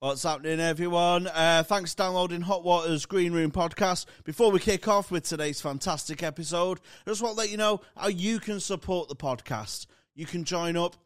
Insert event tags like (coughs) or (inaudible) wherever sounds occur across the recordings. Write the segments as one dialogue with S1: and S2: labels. S1: What's happening, everyone? Uh, thanks for downloading Hot Water's Green Room podcast. Before we kick off with today's fantastic episode, I just want to let you know how you can support the podcast. You can join up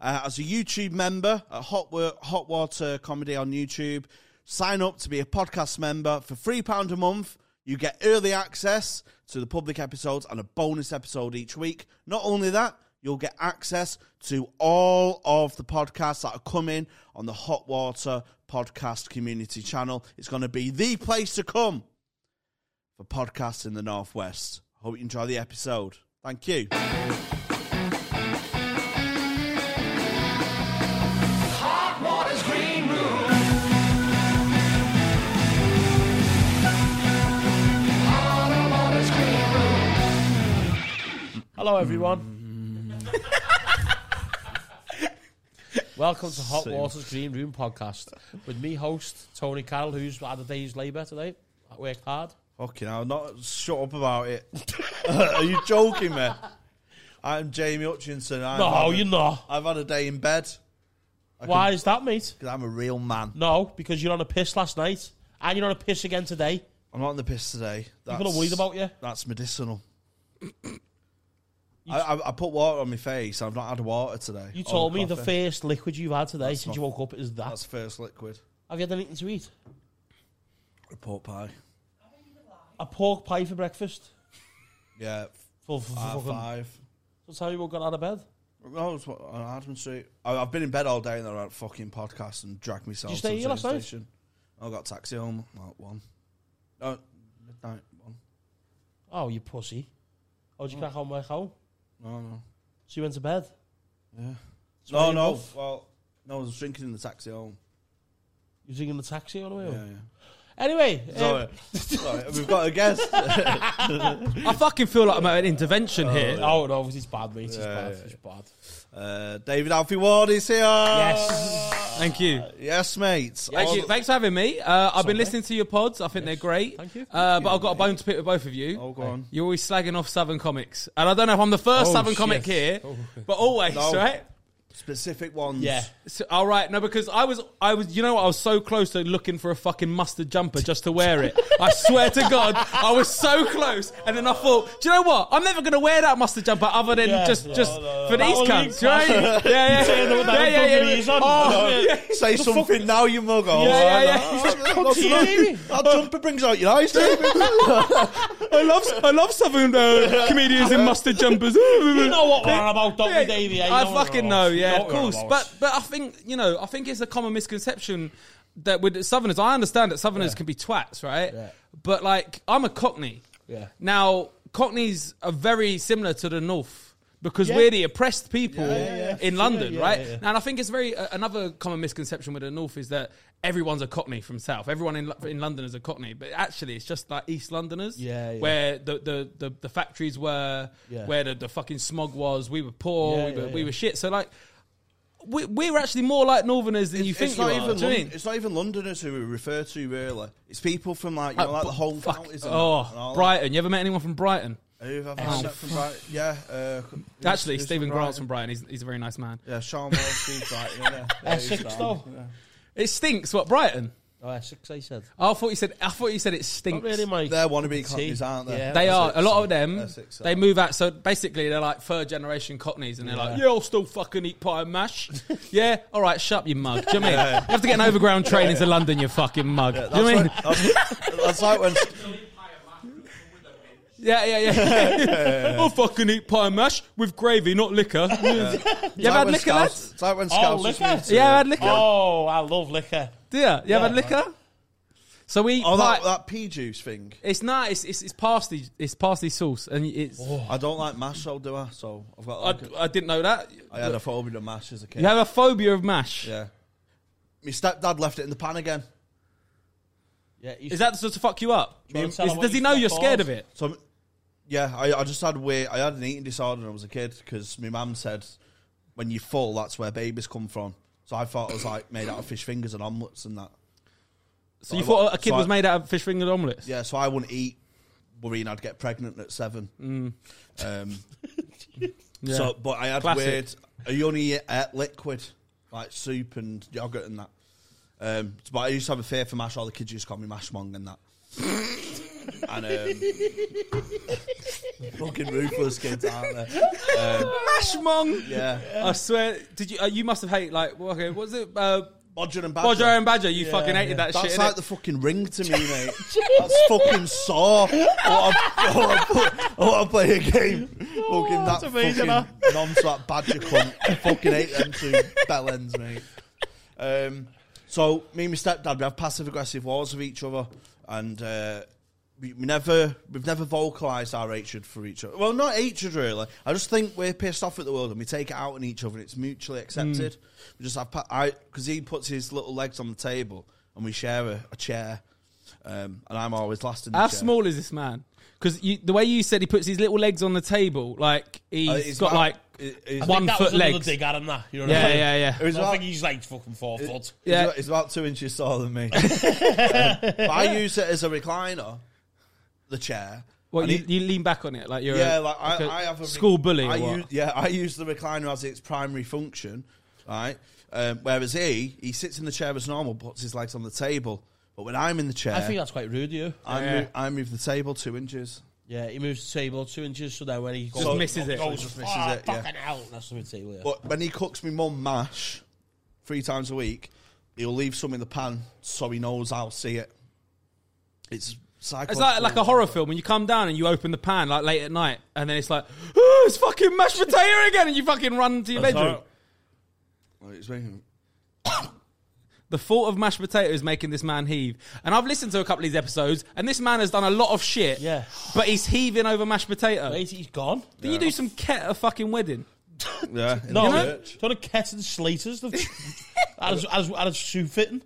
S1: uh, as a YouTube member at Hot, Wa- Hot Water Comedy on YouTube. Sign up to be a podcast member for £3 a month. You get early access to the public episodes and a bonus episode each week. Not only that, You'll get access to all of the podcasts that are coming on the Hot Water Podcast Community channel. It's going to be the place to come for podcasts in the Northwest. Hope you enjoy the episode. Thank you.
S2: Hot Water's Green Room. Hot Water's Green Room.
S3: Hello, everyone. Welcome to Hot Water's Green Room podcast with me, host Tony Carroll, who's had a day's labour today. I worked hard.
S1: Fucking hell, not shut up about it. (laughs) are you joking me? I'm Jamie Hutchinson. I've
S3: No,
S1: had a-
S3: you're not.
S1: I've had a day in bed
S3: Why is that, mate?
S1: 'cause I'm a real man.
S3: No, because you're on a piss last night and you're on a piss again today.
S1: I'm not in the piss today. That's,
S3: People are worried about you.
S1: That's medicinal. I, I, I put water on my face. I've not had water today.
S3: You
S1: Or
S3: told me the
S1: coffee.
S3: first liquid you've had today since you woke up is that.
S1: That's first liquid.
S3: Have you had anything to eat?
S1: Report pie.
S3: A pork pie for breakfast.
S1: Yeah,
S3: For, for, for
S1: at
S3: fucking-
S1: five.
S3: So tell me what got out of bed.
S1: No, it's what- on Admin Street. I, I've been in bed all day and they're on fucking podcast and dragged myself
S3: Did you stay
S1: to the
S3: here last
S1: train
S3: night?
S1: station. I got taxi home at one. No, midnight one.
S3: Oh, you pussy. Oh, did you crack on my home?
S1: No, no.
S3: So you went to bed?
S1: Yeah.
S3: So where
S1: No,
S3: you
S1: no.
S3: both-
S1: Well, no, I was drinking in the taxi home.
S3: You was in the taxi on the way
S1: Yeah,
S3: home?
S1: yeah.
S3: Anyway, um,
S1: Sorry. Sorry, we've got a guest.
S4: I fucking feel like I'm at an intervention here.
S3: oh no, it's bad, mate. It's
S1: Yeah,
S3: bad.
S1: yeah.
S3: It's bad.
S1: Uh, David Alfie Ward is here.
S4: (laughs)
S3: Yes.
S4: Thank you.
S1: Yes, mate.
S4: Thank
S3: Oh.
S4: you. Thanks for having me. Uh, I've been
S3: okay.
S4: listening to your pods. I think they're great.
S3: Thank you.
S4: Uh, but I've got a bone to pick with both of you.
S1: Oh, go on.
S4: You're always slagging off Southern comics. And I don't know if I'm the first
S3: Oh,
S4: Southern
S3: shit.
S4: comic here, but always,
S1: No.
S4: right?
S1: Specific ones.
S3: Yeah.
S4: So, all right, no, because I was, I was, you know, what? I was so close to looking for a fucking mustard jumper just to wear it. I swear to God, I was so close, and then I thought, do you know what? I'm never gonna wear that mustard jumper other than
S3: Yeah.
S4: just,
S3: No,
S4: just
S3: no,
S4: for
S3: no. That
S4: these
S3: one
S4: cunts,
S3: (laughs)
S4: right? Yeah, yeah,
S3: with that
S4: yeah,
S3: one
S4: yeah,
S3: company
S4: yeah.
S3: is on. (laughs)
S4: Oh,
S3: No.
S4: yeah. (laughs)
S1: Say something now, you muggle. (laughs)
S4: Yeah, yeah,
S1: Oh,
S4: yeah.
S1: no, no, no,
S3: to
S1: no,
S3: you.
S1: That jumper brings out your eyes,
S4: (laughs)
S1: David.
S4: I love, I love
S3: (laughs)
S4: Southern uh, comedians in mustard jumpers. (laughs)
S3: You know what we're on about, don't eh? we, Davey?
S4: I fucking know, yeah, of course.
S3: But
S4: But but I think you know, I think it's a common misconception that with Southerners, I understand that Southerners can be twats, right?
S3: Yeah.
S4: But like, I'm a Cockney.
S3: Yeah.
S4: Now, Cockneys are very similar to the North. Because
S3: Yeah.
S4: we're the oppressed people
S3: yeah, yeah.
S4: in
S3: Yeah,
S4: London,
S3: yeah,
S4: right?
S3: yeah, yeah.
S4: And I think it's very uh, another common misconception with the North is that everyone's a Cockney from South. Everyone in Lo- in London is a Cockney, but actually, it's just like East Londoners,
S3: Yeah, yeah.
S4: where the, the, the, the factories were,
S3: Yeah.
S4: where the, the fucking smog was. We were poor,
S3: Yeah,
S4: we, were,
S3: yeah,
S4: we
S3: yeah.
S4: were shit. So like, we, we're actually more like Northerners than you think
S1: it's
S4: you
S1: not
S4: are.
S1: even
S4: do you
S1: Lon-
S4: mean?
S1: it's not even Londoners who we refer to really. It's people from like you know, like the whole
S4: Oh, Fuck.
S1: counties. and that and
S4: Oh,
S1: all
S4: Brighton! You ever met anyone from Brighton?
S1: that. Who have I met from Brighton? Yeah, uh, who's-
S4: Actually,
S1: who's
S4: Stephen
S1: from
S4: Grant's from
S1: Brighton?
S4: Brighton. He's, he's a very nice man.
S1: Yeah, Sean Wells, Steve Brighton.
S4: (laughs)
S1: Yeah, yeah, he's
S3: Essex
S1: from-
S3: though.
S4: It stinks. What Brighton?
S3: Oh, Essex, I said.
S4: Oh, I thought you said. I thought you said it stinks.
S3: Not really, mate.
S1: They're wannabe cockneys, aren't they?
S3: Yeah.
S4: They are
S1: Essex
S4: a lot of
S1: and-
S4: them.
S1: Essex
S4: they
S1: and-
S4: move out, so basically they're like third generation Cockneys, and they're like, "Yeah, I'll still fucking eat pie and (laughs) mash." yeah, all right, shut up, you mug. Do you know what I mean? You have to get an overground train into London, you fucking mug. Do you know what I mean?
S1: That's like- That's like
S4: (laughs)
S1: when
S4: Yeah, yeah, (laughs) yeah. (laughs) I'll fucking eat pie and mash with gravy, not liquor. You
S1: It's
S4: ever
S1: like
S4: had
S1: when
S4: liquor,
S1: Scouse-
S4: lads?
S1: It's like when Scouse was
S3: liquor?
S1: new to-
S4: Yeah, I had liquor.
S3: Oh, I love liquor.
S4: Do you? You ever had liquor? So we eat
S1: Oh,
S4: pie.
S1: that, that pea juice thing.
S4: It's nice. It's it's parsley. It's parsley sauce, and it's.
S1: I don't like mash, so do I? So I've got.
S4: I,
S1: Like a-
S4: I didn't know that.
S1: I had a phobia of mash as a kid.
S4: You have a phobia of mash.
S1: yeah. My stepdad left it in the pan again.
S3: Yeah, he's,
S4: Is that just to fuck you up?
S3: Do you wanna
S4: Is-
S3: tell them what
S4: does he
S3: you
S4: know
S3: said
S4: you're scared
S3: first?
S4: of it?
S1: So, yeah, I, I just had weight. I had an eating disorder when I was a kid because my mum said when you're full, that's where babies come from. So I thought it was like made out of fish fingers and omelets and that.
S4: So you
S1: I
S4: thought
S1: wa-
S4: a kid
S1: so I-
S4: was made out of fish finger omelets?
S1: Yeah, so I wouldn't eat, worrying I'd get pregnant at seven. Um,
S4: Mm. (laughs) Yeah.
S1: So, but I uh, had
S4: Classic.
S1: weird. I only ate liquid, like soup and yogurt and that. Um, but I used to have a fear for Mash. All the kids used to call me Mashmong and
S4: (laughs)
S1: that. and um, (laughs) fucking ruthless kids, aren't they?
S4: Mashmong.
S1: Yeah.
S4: I swear, did you? Uh, you must have hated like well, okay, what was it? Uh,
S1: Bodger and Badger.
S4: Bodger and Badger. You fucking hated that
S1: That's
S4: shit.
S1: like
S4: innit?
S1: the fucking ring
S4: (laughs)
S1: to me, mate. That's fucking saw.
S4: (laughs)
S1: I want to play a game.
S4: Oh,
S1: Fucking that
S5: that's amazing,
S1: fucking noms that badger cunt. I fucking hate them
S4: (laughs)
S1: two bell ends, mate. Um, so me and my stepdad, we have passive aggressive wars with each other, and uh, we, we never we've never vocalised our hatred for each other. Well, not hatred really. I just think we're pissed off at the world and we take it out on each other, and it's mutually accepted.
S4: Hmm.
S1: We just have pa- I because he puts his little legs on the table and we share a, a chair, um, and I'm always last in the
S4: How
S1: chair.
S4: small is this man? Because the way you said he puts his little legs on the table, like he's
S1: Uh,
S4: got
S1: about-
S4: like
S1: it- it's-
S4: one
S3: that
S4: foot
S3: was another
S4: legs.
S3: dig at him, that. You know what I
S1: (laughs)
S4: yeah,
S3: mean?
S4: yeah, yeah.
S1: it was
S3: I don't
S1: about-
S3: think he's like fucking four foot.
S4: Yeah.
S1: He's, about, he's about two inches taller
S4: (laughs)
S1: than me. Um, but I use it as a recliner, the chair.
S4: Well,
S1: and
S4: you,
S1: he-
S4: you lean back on it like you're
S1: yeah,
S4: a,
S1: like,
S4: like a
S1: I, I have a re-
S4: school bully. or
S1: I
S4: what?
S1: use, yeah, I use the recliner as its primary function, right? Um, whereas he, he sits in the chair as normal, puts his legs on the table. But when I'm in the chair,
S3: I
S1: I,
S3: think that's quite rude of you.
S4: Yeah.
S1: move, I move the table two inches.
S3: Yeah, he moves the table two inches so that when he goes,
S4: misses it.
S3: goes,
S1: Just misses
S3: "Ah,
S1: it, yeah.
S3: fucking hell," That's what we say. Yeah.
S1: But when he cooks me mum mash three times a week, he'll leave some in the pan so he knows I'll see it. It's psychological.
S4: It's like like a horror film when you come down and you open the pan like late at night, and then it's like, oh, it's fucking mashed potato again, and you fucking run to your bedroom.
S1: Well, it's making-
S4: The thought of mashed potato is making this man heave, and I've listened to a couple of these episodes, and this man has done a lot of shit.
S3: Yeah.
S4: but he's heaving over mashed potato.
S3: Wait, he's gone.
S4: Did you do some ket at a fucking wedding?
S1: Yeah, in
S3: No,
S1: the
S3: no.
S1: church.
S3: Trying to catch and Slaters.
S4: (laughs)
S3: as as as shoe fitting.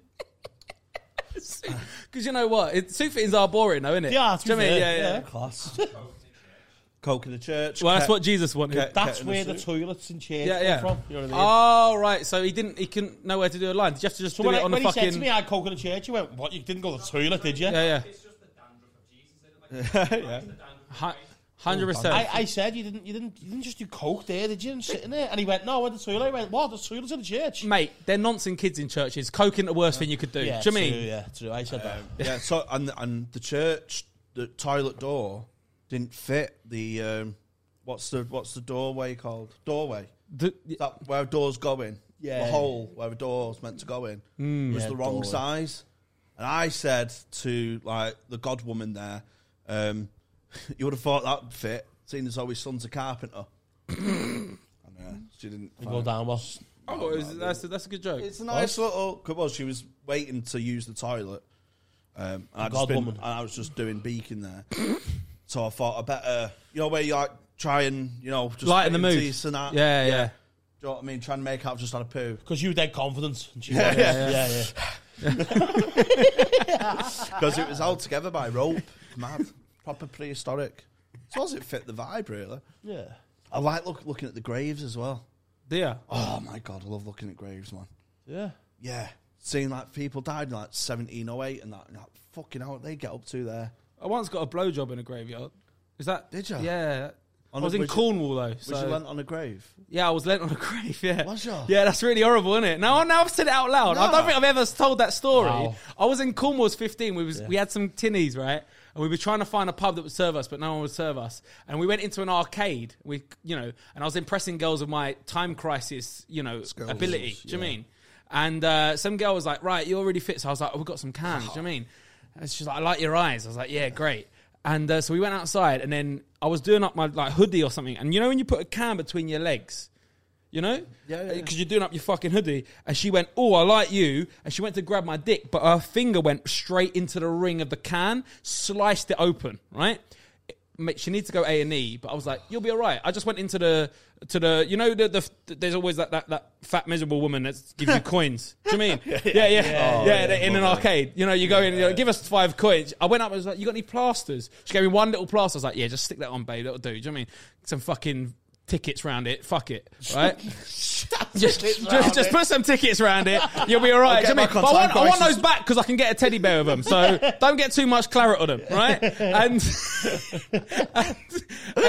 S4: Because you know what, it, suit fittings are boring, though, innit?
S3: Yeah, to
S4: Do you
S3: be
S4: know what I mean?
S3: fair,
S4: yeah, yeah,
S3: yeah.
S1: Class. Coke in the church.
S4: Well, that's
S1: Ke-
S4: what Jesus wanted.
S1: Ke-
S3: That's
S1: Ke-
S3: where
S1: in
S3: the toilets and chairs
S4: yeah,
S3: come
S4: yeah.
S3: from. Ah, You know what I mean?
S4: Oh right, so he didn't. He couldn't know where to do a line. Did you have to just
S3: so
S4: do
S3: when,
S4: it
S3: I,
S4: on
S3: when
S4: the
S3: he
S4: fucking?
S3: said to me, "I had coke in the church," you went, "What? You didn't go to the toilet, did you?"
S4: yeah, yeah.
S6: It's just the dandruff of Jesus, isn't it?
S4: (laughs)
S6: Like,
S1: yeah.
S4: Hundred percent.
S3: I, I said you didn't, you didn't, you didn't just do coke there, did you? And sit in there, and he went, "No, I went to the toilet." I went, "What? The toilet's in the church?"
S4: Mate, they're nonsense kids in churches. Coking the worst thing you could do.
S3: Yeah,
S4: do you mean?
S3: true, yeah, true. I said that.
S1: yeah. So and and the church, the toilet door didn't fit the um, what's the what's the doorway called? Doorway.
S4: The-
S1: That where a doors go in.
S3: Yeah. Hmm.
S1: The hole where a door's meant to go in was
S3: Yeah,
S1: the wrong
S3: doorway.
S1: size. And I said to like the god woman there, um, (laughs) you would have thought that would fit, seeing as though his son's a carpenter. (coughs) and, uh, she didn't
S3: You go down, well,
S4: oh, it was- that's, a, that's a good joke.
S1: It's a nice little. 'cause, Well, she was waiting to use the toilet. Um, and I'd
S3: God
S1: just been,
S3: woman.
S1: and I was just doing beacon there. (coughs) so I thought I better, you know, where you like try and you know just
S4: Lighten the
S1: fit into
S4: mood.
S1: your scenario.
S4: yeah, yeah.
S1: Do you know what I mean? Trying to make out I've just had a poo.
S3: because you were dead confident. And she went, yeah, yeah, yeah.
S1: Because it was held together by rope. (laughs) Mad. Proper prehistoric. So as it fit the vibe, really.
S3: Yeah.
S1: I like look, looking at the graves as well.
S4: Yeah.
S1: Oh my god, I love looking at graves, man.
S3: Yeah.
S1: Yeah. Seeing like people died in like 1708 and that, and that fucking hell they get up to there.
S4: I once got a blowjob in a graveyard. Is that?
S1: Did ya?
S4: Yeah.
S1: On
S4: I
S1: a-
S4: was in
S1: was you-
S4: Cornwall though.
S1: Was
S4: So
S1: you lent on a grave?
S4: yeah, I was lent on a (laughs) grave. Yeah.
S1: Was ya?
S4: Yeah, that's really horrible, isn't it? Now, now I've said it out loud. I don't
S1: No.
S4: think I've ever told that story.
S3: Wow.
S4: I was in Cornwall. I was fifteen. We was we had some tinnies, right? And we were trying to find a pub that would serve us, but no one would serve us. And we went into an arcade. We, you know, and I was impressing girls with my time crisis, you know, ability. Do you mean? And uh, some girl was like, "Right, you're really fit." So I was like, oh, "We've got some cans." Do you mean? And she's like, "I like your eyes." I was like, "Yeah, great." And uh, so we went outside, and then I was doing up my like hoodie or something. And you know when you put a can between your legs, you know?
S1: Yeah, yeah, yeah.
S4: Because you're doing up your fucking hoodie. And she went, Oh, I like you. And she went to grab my dick, but her finger went straight into the ring of the can, sliced it open, right? It- mate, She needs to go A and E, but I was like, "You'll be all right." I just went into the to the, you know, the, the, there's always that, that that fat miserable woman that
S1: (laughs)
S4: gives you coins. Do you mean? Yeah, yeah, yeah.
S1: Oh,
S4: they're in an arcade, you know, you go in, you know, give us five coins. I went up and was like, "You got any plasters?" She gave me one little plaster. I was like, "Yeah, just stick that on, babe. That'll do." Do you know what I mean? Some fucking tickets round it. Fuck it,
S1: (laughs)
S4: right? just, just, just put some tickets round it. You'll be all right.
S1: I'll
S4: Do you know
S1: get back on
S4: what I, mean? But I want,
S1: time,
S4: I want
S1: guys.
S4: those back because I can get a teddy bear with them. So don't get too much claret on them, right? And, (laughs) and and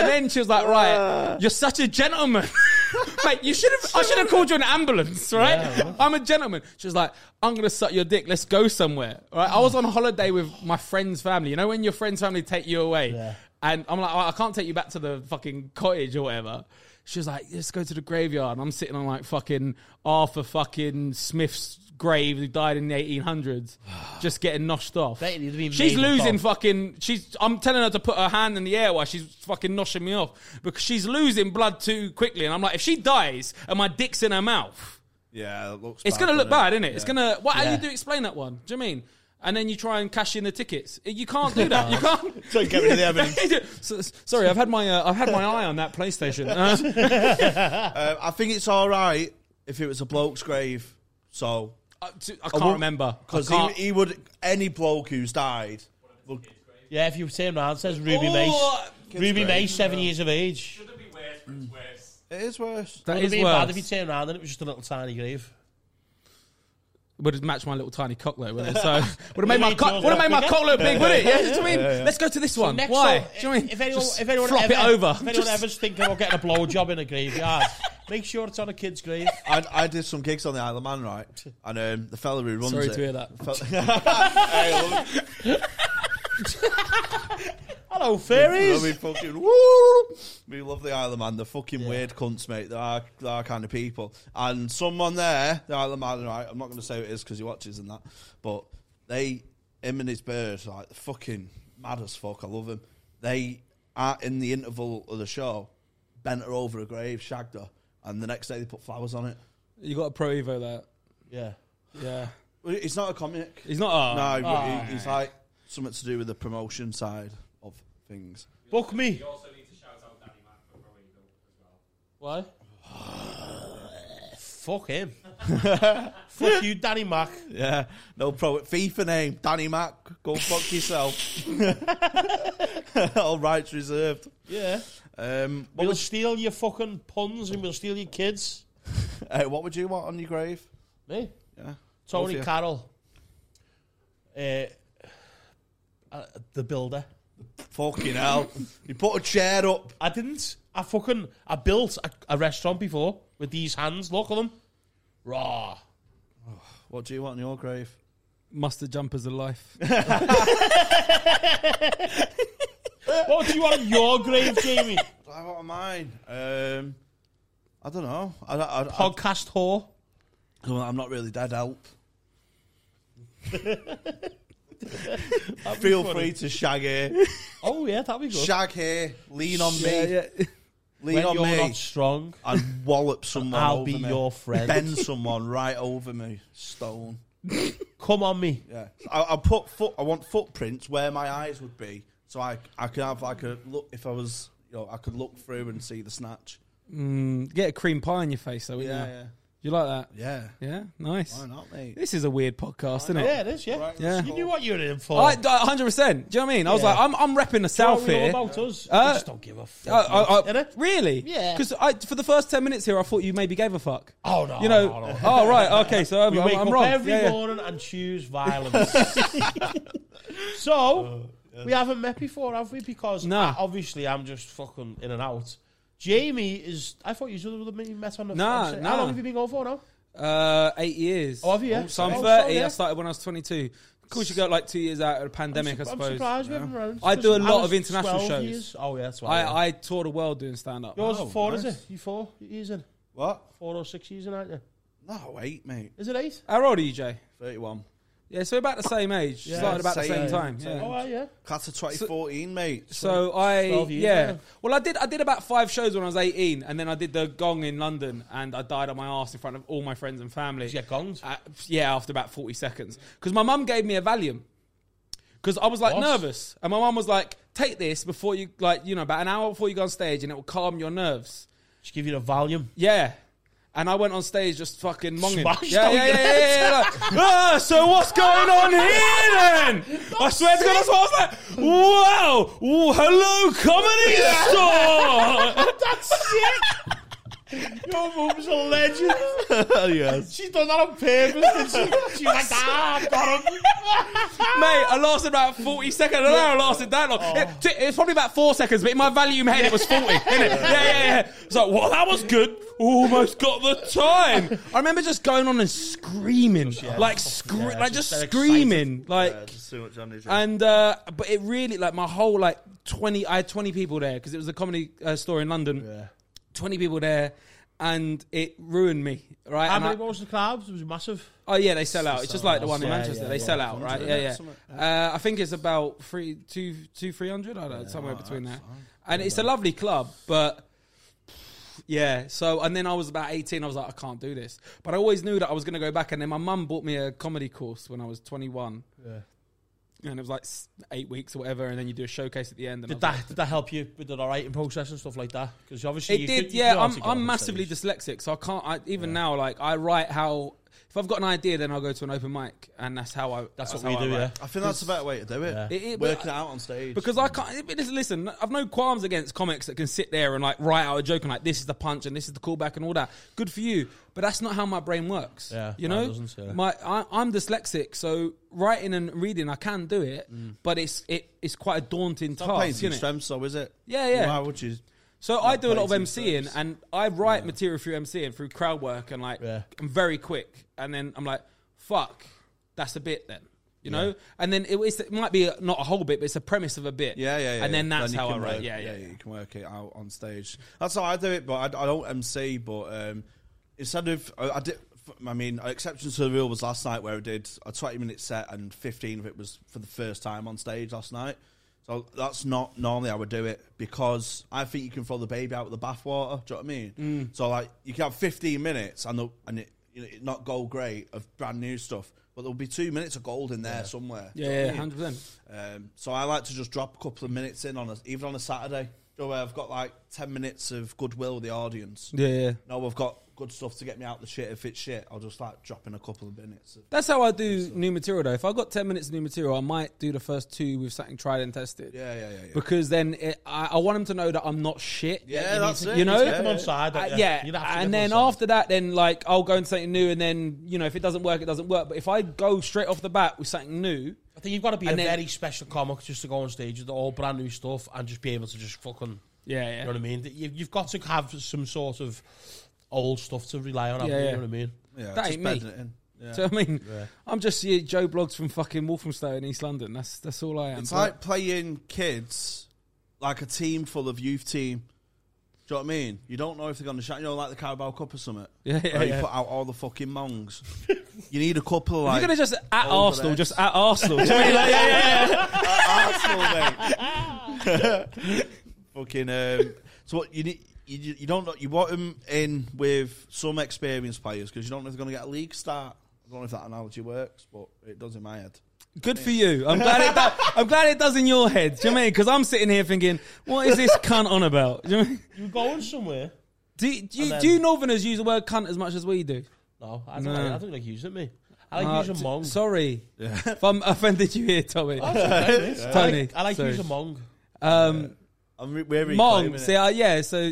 S4: then she was like, "Right, you're such a gentleman, (laughs) mate. You should have. I should have called you an ambulance, right? I'm a gentleman." She was like, "I'm gonna suck your dick. Let's go somewhere, right?" I was on holiday with my friend's family. You know when your friend's family take you away,
S3: Yeah.
S4: and I'm like, "Oh, "I can't take you back to the fucking cottage or whatever." She was like, "Let's go to the graveyard." And I'm sitting on like fucking Arthur fucking Smith's grave who died in the 1800s, (sighs) just getting noshed off.
S3: They need to be
S4: She's
S3: made of
S4: losing
S3: gold.
S4: fucking. She's. I'm telling her to put her hand in the air while she's fucking noshing me off because she's losing blood too quickly. And I'm like, if she dies and my dick's in her mouth,
S1: Yeah, it looks.
S4: it's
S1: bad,
S4: gonna look
S1: doesn't
S4: bad, isn't it? It's
S1: Yeah.
S4: gonna. What? How
S3: Yeah.
S4: you do explain that one? Do you mean? And then you try and cash in the tickets. You can't do
S3: (laughs)
S4: that. You can't.
S1: Don't get rid of the
S4: (laughs)
S1: evidence.
S4: So- Sorry, I've had my uh, I've had my eye on that PlayStation. Uh,
S1: Uh, I think it's all right if it was a bloke's grave. So
S4: I I
S1: I
S4: can't
S1: won't-
S4: remember I
S1: because
S4: can't-
S1: he, he would any bloke who's died. would-
S3: Yeah, if you turn around, it says Ruby
S4: Oh,
S3: Mace. Ruby
S1: great.
S3: Mace, seven years of age.
S6: Should it be worse for it's worse?
S1: it is worse.
S4: that
S3: Would have
S4: is
S3: been
S4: worse.
S3: bad if you turned around and it was just a little tiny grave.
S4: would have matched my little tiny cock though, wouldn't it? So (laughs) would have made my
S3: made
S4: cock
S3: yours
S4: would have
S3: look
S4: made my
S3: bigger.
S4: cock look big, would it? Yeah, do you know what I mean? Let's go to this one.
S3: Next
S4: Why?
S3: time,
S4: do you know what I mean?
S3: If anyone,
S4: Just
S3: if anyone
S4: flop
S3: ever,
S4: it over.
S3: if anyone
S4: Just-
S3: ever's thinking about getting a blowjob in a
S4: (laughs)
S3: graveyard, make sure it's on a kid's grave.
S1: I, I did some gigs on the Isle of Man, right?
S4: (laughs)
S1: And um, the fella who runs
S4: Sorry
S1: it.
S4: to hear that.
S1: the fella- (laughs) Hey, love it.
S3: Hello,
S1: Love
S3: fairies.
S1: it, fucking woo. We love the Isle of Man. They're fucking weird cunts, mate. They are, they are kind of people. And someone there, the Isle of Man, right? I'm not going to say who it is because he watches and that. But they, him and his birds, like, they're fucking mad as fuck. I love them. They are in the interval of the show, bent her over a grave, shagged her. And the next day they put flowers on it.
S4: You got a pro evo that.
S3: Yeah.
S4: Yeah.
S1: Well, It's not a comic.
S4: He's not
S1: No,
S4: uh,
S1: he- he, he's like something to do with the promotion side of things.
S3: Book me.
S6: You also need to shout out Danny Mac for Pro Evo as well.
S3: Why? Fuck
S4: (laughs)
S3: him. Fuck you, Danny Mac.
S1: Yeah, no pro FIFA name Danny Mac. Go fuck yourself. (laughs) All rights reserved.
S3: Yeah.
S1: Um, what,
S3: We'll
S1: would,
S3: steal your fucking puns and we'll steal your kids.
S1: uh, what would you want on your grave?
S3: Me?
S1: Yeah,
S3: Tony
S1: Both of you.
S3: Carroll. Uh, uh, the builder.
S1: Fucking hell! You put a chair up.
S3: I didn't. I fucking I built a, a restaurant before with these hands. Look at them. Raw.
S1: What do you want on your grave?
S4: mustard jumpers of life.
S3: What do you want in your grave,
S4: (laughs)
S3: Jamie?
S1: What I want on mine. Um, I don't know. I, I, I,
S3: Podcast whore.
S1: I, am not really dead.
S3: (laughs)
S1: Help. Feel free to shag here.
S3: Oh yeah, that'd be good.
S1: Shag here. Lean on me. Lean
S3: when
S1: on
S3: you're
S1: me.
S3: not strong,
S1: and wallop someone.
S3: I'll
S1: over
S3: be
S1: me.
S3: your friend.
S1: Bend someone right over me. Stone.
S3: come on me.
S1: Yeah. I, I put foot. I want footprints where my eyes would be, so I I could have like a look if I was you know I could look through and see the snatch.
S4: Mm, get a cream pie in your face though, wouldn't
S1: Yeah,
S4: you?
S1: yeah,
S4: You like that?
S1: yeah.
S4: Yeah, nice.
S1: Why not, mate?
S4: This is a weird podcast, isn't
S3: Yeah,
S4: it?
S3: it is. Yeah,
S1: Right,
S4: Yeah.
S1: let's
S3: you
S1: go.
S3: knew what you were in for.
S4: I, I- 100%. Do you know what I mean? I was
S3: Yeah.
S4: like, I'm, I'm repping the
S3: You know
S4: South
S3: what we know
S4: here.
S3: about us. We
S4: Uh,
S3: just don't give a fuck.
S4: I, I, I-
S3: innit?
S4: really?
S3: Yeah.
S4: Because for the first 10 minutes here, I thought you maybe gave a fuck.
S3: oh no,
S4: You know,
S3: no, no.
S4: oh, right,
S3: (laughs)
S4: okay, so I'm,
S3: we wake
S4: I'm
S3: up
S4: wrong.
S3: every
S4: Yeah, yeah.
S3: morning and choose
S4: (laughs)
S3: violence. so
S4: Oh,
S3: we haven't met before, have we? Because
S4: No.
S3: I- obviously I'm just fucking in and out. Jamie is. I thought you should have been met on the.
S4: No,
S3: on the-
S4: no.
S3: How long have you been going for now?
S4: Uh, eight years.
S3: Oh, have you, yeah?
S4: So I'm
S3: Oh,
S4: 30.
S3: so, yeah.
S4: I started when I was 22. Of course, you got like two years out of the pandemic,
S3: I'm,
S4: I
S3: su-
S4: suppose.
S3: I'm surprised we haven't run.
S4: I do a lot
S3: Alice
S4: of international
S3: 12
S4: shows.
S3: Years. Oh yeah, that's why. yeah.
S4: I, I toured the world doing stand up.
S3: Yours
S1: Oh,
S3: four four, is
S1: nice.
S3: it? You four years in?
S1: What?
S3: Four or six years in, aren't you?
S1: No, eight, mate.
S3: Is it eight?
S4: How old are you, Jay?
S1: Thirty-one.
S4: Yeah, so about the same age.
S3: Yeah,
S4: started about the
S1: same,
S4: same time.
S1: same.
S4: yeah.
S3: Oh, right, yeah.
S1: Class of twenty fourteen, mate.
S4: So I
S3: 12 years,
S4: yeah.
S3: yeah.
S4: Well, I did I did about five shows when I was 18, and then I did the Gong in London, and I died on my ass in front of all my friends and family.
S3: You get gonged.
S4: Uh, yeah, after about 40 seconds. Because my mum gave me a Valium. Because I was like
S3: What?
S4: nervous. And my mum was like, take this before you, like, you know, about an hour before you go on stage and it will calm your nerves. (laughs)
S3: Just give you a volume.
S4: Yeah. And I went on stage just fucking monging.
S3: Smashed
S4: Yeah,
S3: on
S4: yeah,
S3: your
S4: yeah, yeah, yeah, like, ah, so what's going on here then? I
S3: Oh,
S4: swear to God, that's what I was like. Wow, Ooh, hello, comedy
S3: (laughs)
S4: store.
S3: Your mum's a
S4: (laughs)
S3: legend.
S1: yes.
S3: She's done that on purpose. And
S4: (laughs)
S3: she, she went, ah, I've got him.
S4: Mate, I lasted about 40 seconds. I don't know how I lasted that long.
S3: Oh.
S4: It, t- it was probably about four seconds, but in my volume head, it was 40. innit? Yeah, yeah, yeah. It's like, well, that was good. Almost got the time. I remember just going on and screaming. like, scre-
S3: yeah,
S4: like,
S3: just
S4: just,
S3: so
S4: screaming. Like,
S1: There's too much energy.
S4: and, uh, but it really, like, my whole, like, 20, I had 20 people there because it was a comedy uh, store in London. 20 people there. And it ruined me, right?
S3: How
S4: And
S3: many
S4: I-
S3: what was the crowds? It was massive.
S4: Oh yeah, they sell out. It's just like the one in
S3: Yeah,
S4: Manchester.
S3: yeah,
S4: they
S3: yeah.
S4: sell out, right?
S1: 100,
S4: Yeah,
S1: isn't it?
S4: yeah. Uh, I think it's about three, two, two, three hundred. I don't know, somewhere between there. And it's a lovely club, but yeah. So and then I was about eighteen. I was like, I can't do this. But I always knew that I was going to go back. And then my mum bought me a comedy course when I was twenty-one. And it was like s- eight weeks or whatever, and then you do a showcase at the end. And I
S3: Did
S4: was like-
S3: that did that help you with the writing process and stuff like that? Because obviously
S4: It
S3: you
S4: did,
S3: could- you could
S4: yeah.
S3: obviously get
S4: I'm
S3: on
S4: I'm
S3: the
S4: massively
S3: stage.
S4: dyslexic, so I can't. I, even now, like I write how. If I've got an idea, then I'll go to an open mic, and that's how I.
S3: That's,
S4: how
S3: what we
S4: I
S3: do.
S4: write.
S3: Yeah.
S1: I think that's a better way to do it.
S3: Yeah.
S4: It- it- but-
S1: Work it out on stage.
S4: Because I can't. but Listen, listen, I've no qualms against comics that can sit there and like write out a joke and like this is the punch and this is the callback and all that. Good for you, but that's not how my brain works.
S3: Yeah,
S4: you
S3: mine
S4: know,
S3: doesn't, yeah.
S4: my I, I'm dyslexic, so writing and reading I can do it,
S3: Mm.
S4: but it's it, it's quite a daunting
S1: Not playing
S4: task.
S1: to your
S4: innit?
S1: strengths, though, is it?
S4: Yeah, yeah.
S1: Why would you?
S4: So I do a lot of
S1: playing
S4: MCing
S1: themselves.
S4: and I write material through MCing through crowd work and like
S3: Yeah.
S4: I'm very quick and then I'm like fuck that's a bit then you know and then it, it's, it might be not a whole bit but it's a premise of a bit
S1: Yeah, yeah, yeah.
S4: and then
S1: yeah.
S4: that's
S1: you
S4: how I
S1: can
S4: write
S1: work-
S4: yeah, yeah yeah
S1: You can work it out on stage. That's how I do it, but I, I don't MC. But um, instead of I, I did, I mean, an exception to the rule was last night where I did a twenty-minute set and fifteen of it was for the first time on stage last night. So that's not normally I would do it because I think you can throw the baby out with the bathwater. Do you know what I mean?
S4: Mm.
S1: So like you can have fifteen minutes and the, and it, you know, it not go great of brand new stuff, but there'll be two minutes of gold in there somewhere. Do you know what I
S4: yeah
S1: mean?
S4: hundred percent
S1: Um, so I like to just drop a couple of minutes in on a, even on a Saturday. You know, where I've got like ten minutes of goodwill with the audience.
S4: yeah yeah
S1: No, I've got good stuff to get me out the shit. If it's shit, I'll just like drop in a couple of minutes. Of,
S4: that's how I do new material though if I've got ten minutes of new material I might do the first two with something tried and tested
S1: yeah, yeah, yeah, yeah.
S4: because then it, I, I want them to know that I'm not shit
S1: yeah,
S3: you need
S1: that's
S3: to-
S1: it.
S4: you know?
S1: yeah,
S3: Come on side.
S4: Uh,
S3: don't you?
S4: yeah,
S3: You'd have to
S4: and
S3: get on
S4: then
S3: side.
S4: after that, then like I'll go into something new, and then you know if it doesn't work, it doesn't work. But if I go straight off the bat with something new,
S3: I think you've got to be a
S4: and then-
S3: very special comic just to go on stage with all brand new stuff and just be able to just fucking.
S4: yeah,
S3: You know what I mean? You- You've got to have some sort of old stuff to rely on. haven't
S4: Yeah,
S3: you?
S4: yeah.
S3: You know what I mean?
S1: Yeah,
S4: That
S1: just
S4: ain't me.
S1: bedding it in. Yeah.
S4: So I mean, I'm just yeah, Joe Blogs from fucking Walthamstow in East London. That's that's all I am.
S1: It's
S4: But-
S1: like playing kids, like a team full of youth team. Do you know what I mean? You don't know if they're going to shout. You know, like the Carabao Cup or something.
S4: Yeah, yeah,
S3: Oh,
S1: Where
S4: yeah.
S1: You put out all the fucking mongs. (laughs) you need a couple of
S4: If
S1: like
S4: you're gonna just at
S1: over
S4: Arsenal,
S1: there.
S4: just at Arsenal. Do you know what I mean? Like, yeah, yeah, yeah.
S1: Arsenal, mate. (laughs) Fucking. Um, so what you need? You, you don't know, you want them in with some experienced players because you don't know if they're going to get a league start. I don't know if that analogy works, but it does in my head.
S4: Good for you. I'm glad it. Does, I'm glad it does in your head. Do you know what I mean? Because I'm sitting here thinking, what is this cunt on about? Do you, know what I mean?
S3: You're going somewhere.
S4: do, do, you,
S3: And
S4: do you
S3: then-
S4: Northerners use the word cunt as much as we do?
S3: No, I don't.
S4: No.
S3: Like, I don't like using me. I like
S4: Uh,
S3: using
S4: t-
S3: mong. Oh,
S4: Sorry, if I'm (laughs) offended you here, Tommy. (laughs)
S3: I
S4: Tony,
S3: like, I like
S4: sorry.
S3: using mong.
S4: Um,
S1: I'm re- we're reclaiming
S4: Mong, see, uh, yeah, so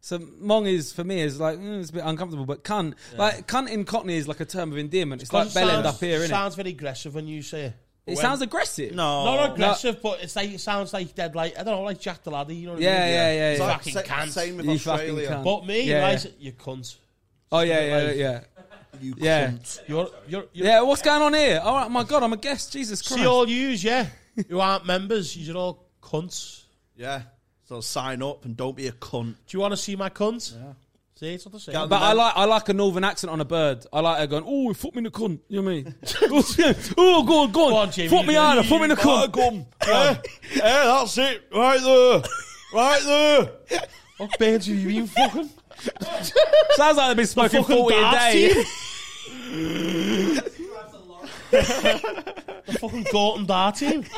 S4: so Mong is for me is like mm, it's a bit uncomfortable, but cunt, like cunt in Cockney is like a term of endearment. It's like
S3: Sounds-
S4: bellend up here, innit?
S3: Sounds very aggressive when you say it.
S4: it sounds aggressive.
S1: it. No,
S4: Oh,
S3: Not aggressive, but it's like it sounds like dead like I don't know, like Jack the Laddie. You know what
S4: Yeah,
S3: I mean?
S4: yeah, yeah,
S1: It's
S4: yeah.
S1: like
S3: Fucking
S1: sa-
S3: cunt.
S1: Same with
S4: You fucking
S1: Australia.
S4: cunt.
S3: But me,
S4: Yeah,
S3: yeah,
S4: yeah.
S3: you cunt.
S4: Oh yeah, yeah, yeah,
S1: You
S4: Yeah.
S1: cunt.
S3: You're, you're, you're
S4: yeah. What's going on here? Oh my god, I'm a guest. Jesus
S3: See
S4: Christ.
S3: all yous, yeah. Who aren't members, you're all cunts.
S1: Yeah. So sign up and don't be a
S4: (laughs)
S1: cunt.
S3: Do you want to see my cunt? Yeah. See, it's not the same.
S1: Yeah,
S4: but I like I like a northern accent on a bird. I like her going, oh, fuck me in the cunt. You know what I mean? (laughs) oh, go on, go
S3: Go
S4: on.
S3: on,
S4: Fuck
S3: Jamie.
S4: me harder, fuck me in the
S1: Ah,
S4: cunt. (laughs)
S1: gum. yeah, yeah, that's it. Right there. Right there.
S3: What birds have you been fucking?
S4: Sounds like they've been smoking
S3: fucking
S4: 40 a
S3: Darcy.
S4: day.
S3: The fucking Gorton Dart team.
S4: (laughs)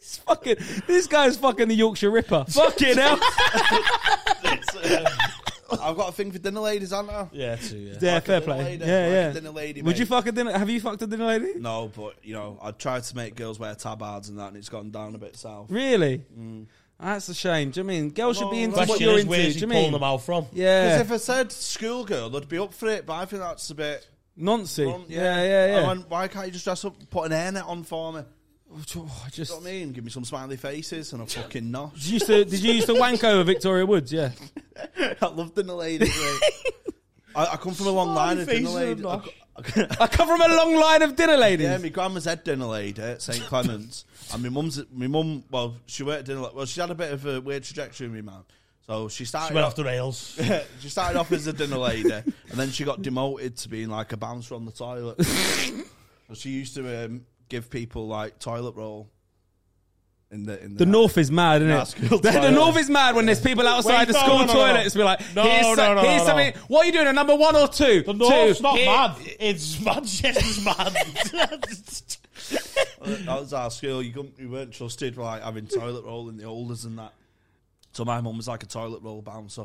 S4: It's fucking, this guy's fucking the Yorkshire Ripper. fucking hell.
S1: It's, uh, I've got a thing for dinner ladies, haven't I?
S3: (laughs) Yeah, too, yeah.
S4: Yeah,
S1: Like a
S4: fair
S1: dinner
S4: play.
S1: lady,
S4: yeah,
S1: like a
S4: yeah.
S1: dinner lady,
S4: Would you
S1: mate.
S4: fuck a dinner? Have you fucked a dinner lady?
S3: Mm.
S1: No, but you know, I tried to make girls wear tabards and that, and it's gone down a bit south.
S4: Really?
S3: Mm.
S4: That's a shame. Do you mean girls should be into what
S3: Question
S4: you're
S3: is,
S4: into?
S3: where's he
S4: Do you
S3: pulling them
S4: mean?
S3: out from?
S1: Because
S4: Yeah, (laughs)
S1: if I said schoolgirl, I'd be up for it, but I think that's a bit.
S4: Nancy.
S1: blunt,
S4: Yeah, yeah,
S1: I
S4: yeah.
S1: went, Why can't you just dress up, put an airnet on for me?
S4: Oh, I just
S1: You know what I mean? Give me some smiley faces and a fucking nosh.
S4: Did you used to did you used to wank over Victoria
S3: (laughs)
S4: Woods? Yeah.
S1: (laughs) I love dinner ladies. mate. I, I come from a long line of dinner
S3: faces and
S1: ladies. I co-
S4: I come from a long line of dinner ladies.
S1: Yeah, my grandma's head dinner lady at
S3: (laughs)
S1: St Clements, and my mum's my mum. Well, she worked dinner. Well, she had a bit of a weird trajectory, my mum. So she started.
S3: She went
S1: off,
S3: off the rails.
S1: she started off as a dinner lady, and then she got demoted to being like a bouncer on the toilet. So she used to um, give people like toilet roll. In the in the,
S4: The North is mad, isn't
S1: Nah,
S4: it?
S1: school
S4: The, the
S1: toilet.
S4: North is mad when there's people outside
S3: Wait,
S4: the
S3: no,
S4: school
S3: no, no, no.
S4: toilets. Be like,
S3: No,
S4: here's, so-
S3: no, no,
S4: here's
S3: no,
S4: something.
S3: no.
S4: What are you doing? A number one or two?
S3: The North's
S4: two.
S3: not
S4: Here-
S3: mad. (laughs) It's Manchester's mad.
S1: That was our school. You, couldn't, you weren't trusted for like having toilet roll in the olders and that. So my mum was like a toilet roll bouncer,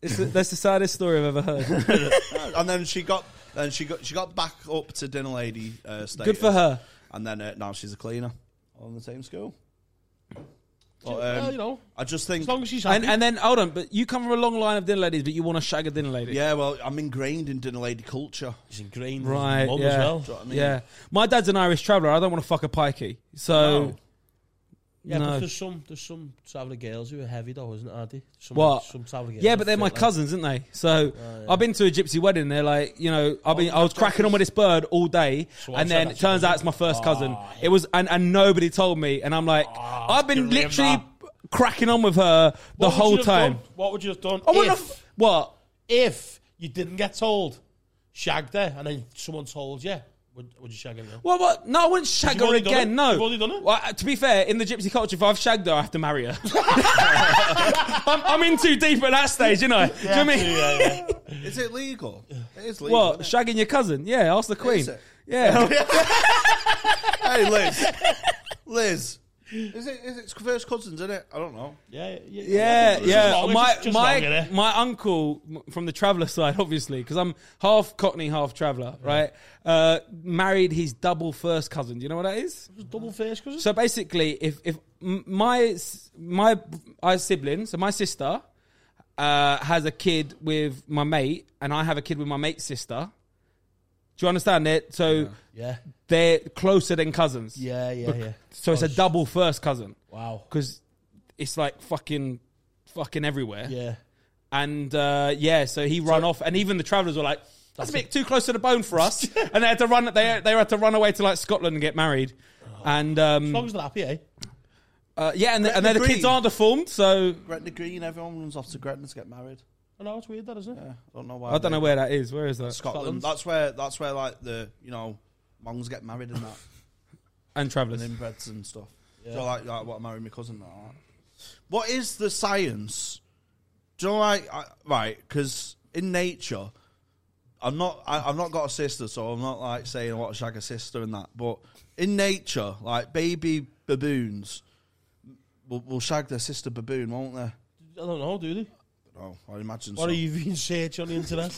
S4: It's the, that's the saddest story I've ever heard.
S1: and then she got then she got she got back up to dinner lady uh, status.
S4: Good for her.
S1: And then uh, now she's a cleaner on the same school. But, um,
S3: well, you know,
S1: I just think,
S3: as long as she's happy.
S4: And, and then hold on, but you come from a long line of dinner ladies, but you want to shag a dinner lady.
S1: yeah, well, I'm ingrained in dinner lady culture.
S3: she's ingrained
S4: Right.
S3: in mum
S4: yeah.
S3: as well.
S1: Do you know what I mean?
S4: Yeah. My dad's an Irish traveller. I don't want to fuck a pikey. So
S1: No.
S3: Yeah,
S4: No.
S3: but there's some there's some traveller girls who are heavy though, isn't there, Andy? Some,
S4: What?
S3: Some traveller girls.
S4: Yeah, but they're my
S3: fit, like- Oh,
S4: cousins, aren't they? So I've been to a gypsy wedding. They're like, you know, I've been, I was cracking on with this bird all day,
S3: So I
S4: and
S3: said
S4: then
S3: that
S4: it
S3: to
S4: turns
S3: you.
S4: out it's my first cousin.
S3: Ah,
S4: It was, and, and nobody told me, and I'm like, I've been
S3: grim,
S4: literally
S3: man.
S4: cracking on with her the
S3: ah. What would you
S4: whole
S3: have
S4: time.
S3: done? What would you have done?
S4: I wouldn't
S3: if,
S4: have- what?
S3: if you didn't get told, shagged her, and then someone told you, would, would you shag her now?
S4: What? What? No, I wouldn't shag
S3: You've
S4: her
S3: already done
S4: again.
S3: it.
S4: No.
S3: You've already done it.
S4: Well, uh, to be fair, in the gypsy culture, if I've shagged her, I have to marry her. (laughs) I'm, I'm in too deep at that stage, you know. Do you know what I mean?
S1: Is it legal? It is legal.
S4: What?
S1: isn't
S4: Shagging your cousin? Yeah, ask the queen.
S1: Is it?
S4: Yeah.
S1: it? hey, Liz. (laughs) Liz. Is it? Is it first cousins? Isn't it? I don't know.
S3: Yeah, yeah,
S4: Yeah, yeah.
S3: wrong, it's
S4: my
S3: just- just
S4: my
S3: wrong, innit?
S4: my uncle m- from the traveller side, (laughs) obviously, because I'm half Cockney, half traveller, right? Uh, married his double first cousin. Do you know what that is?
S3: Double face cousin.
S4: So basically, if if m- my s- my I sibling, so my sister uh, has a kid with my mate, and I have a kid with my mate's sister. Do you understand it? So
S3: yeah,
S4: they're closer than cousins.
S3: yeah, yeah, yeah.
S4: So it's a double first cousin
S3: Wow.
S4: because it's like fucking fucking everywhere. (laughs)
S3: Yeah.
S4: And uh, yeah, so he run off, and even the travellers were like, "That's a bit too close to the bone
S3: (laughs)
S4: for us." and they had to run. They they had to run away to like Scotland and get married. And
S3: Oh. As long
S4: um,
S3: as they're happy, eh?
S4: uh, yeah, and, the, and then the
S1: Gretna
S4: kids
S1: Green.
S4: aren't deformed, so
S1: Gretna Green. Everyone runs off to Gretna to get married.
S3: I know it's weird, that isn't it?
S1: Yeah, I don't know why.
S4: I don't
S1: they-
S4: know where that is. Where is that?
S1: Scotland. That's where. That's where like the you know, mongs get married and that,
S4: And travellers.
S1: and inbreds and stuff. So like, like what married my cousin. and all that. What is the science? Do you know like I, right? Because in nature, I'm not. I, I've not got a sister, so I'm not like saying I want to shag a sister and that. But in nature, like baby baboons will, will shag their sister baboon, won't they?
S3: I don't know, do they?
S1: Oh, I imagine.
S3: What
S1: so.
S3: are you being search on the
S4: (laughs)
S3: internet?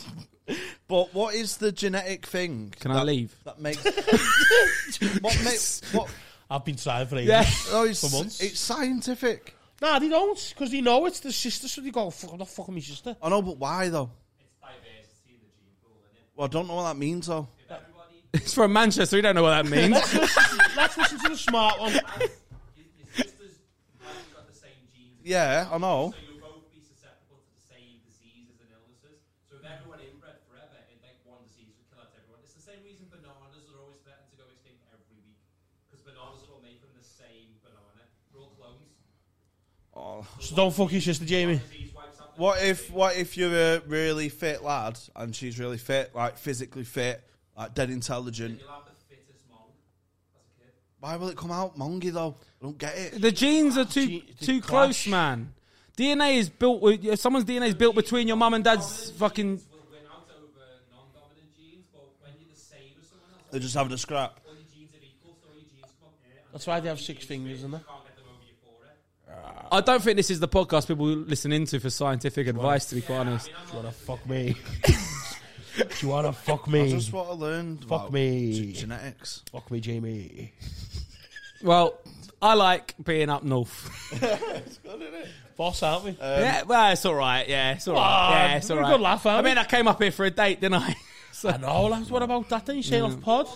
S1: But what is the genetic thing?
S4: Can I
S1: that-
S4: leave?
S1: That makes (laughs) what makes what?
S3: I've been trying for ages.
S4: Yeah. (laughs)
S1: Oh, it's,
S3: For months.
S1: it's scientific.
S3: Nah, they don't, because they know it's the sister, so they go, fuck, I'm not fucking my sister.
S1: I know, but why though?
S6: It's diversity in the gene pool, isn't it?
S1: Well, I don't know what that means though.
S6: If everybody
S4: It's from Manchester. We don't know what that means. (laughs)
S3: Let's listen, let's listen to the smart one.
S6: has your, your sisters might got the same genes,
S1: Yeah, I
S3: Oh.
S1: know.
S6: so you'll both be susceptible to the same diseases and illnesses. So if everyone inbred forever, it like one disease would kill out everyone. It's the same reason bananas are always threatened to go extinct every week because bananas are all made from the same banana. They're all clones.
S1: Oh.
S3: So don't fuck your sister, Jamie.
S6: Disease wipes out. the
S1: What if what if you're a really fit lad and she's really fit, like physically fit, like dead intelligent?
S6: You'll have the fittest monk as a kid.
S1: Why will it come out mongy though? I don't get it.
S4: the genes are too
S3: Gene-
S4: too
S3: clash.
S4: close, man. DNA is built. With, someone's DNA is built between your mum and dad's fucking.
S6: Will win out over non-dominant genes, but when you're the same as someone else,
S1: They're just having a scrap.
S6: all your genes are equal, so all your genes come up here. and
S3: That's
S6: then
S3: why they
S6: all
S3: have
S6: your
S3: six
S6: genes
S3: fingers,
S6: fit,
S3: isn't
S6: you
S3: it?
S6: Can't get them over your forehead.
S4: I don't think this is the podcast people listen into for scientific advice. To be quite honest,
S5: Do you want to fuck
S3: (laughs)
S5: me? Do you want to fuck me?
S1: That's what I learned. Fuck
S5: me.
S1: genetics.
S5: Fuck me, Jamie.
S4: well, I like being up north.
S3: Boss, aren't we?
S1: Uh,
S4: yeah, well, it's all right. Yeah, it's all right. yeah, it's all
S3: we're
S4: right.
S3: good laugh,
S4: I
S3: aren't we?
S4: mean, I came up here for a date, didn't I? So
S3: I know, lads. What about that then? You saying off pod?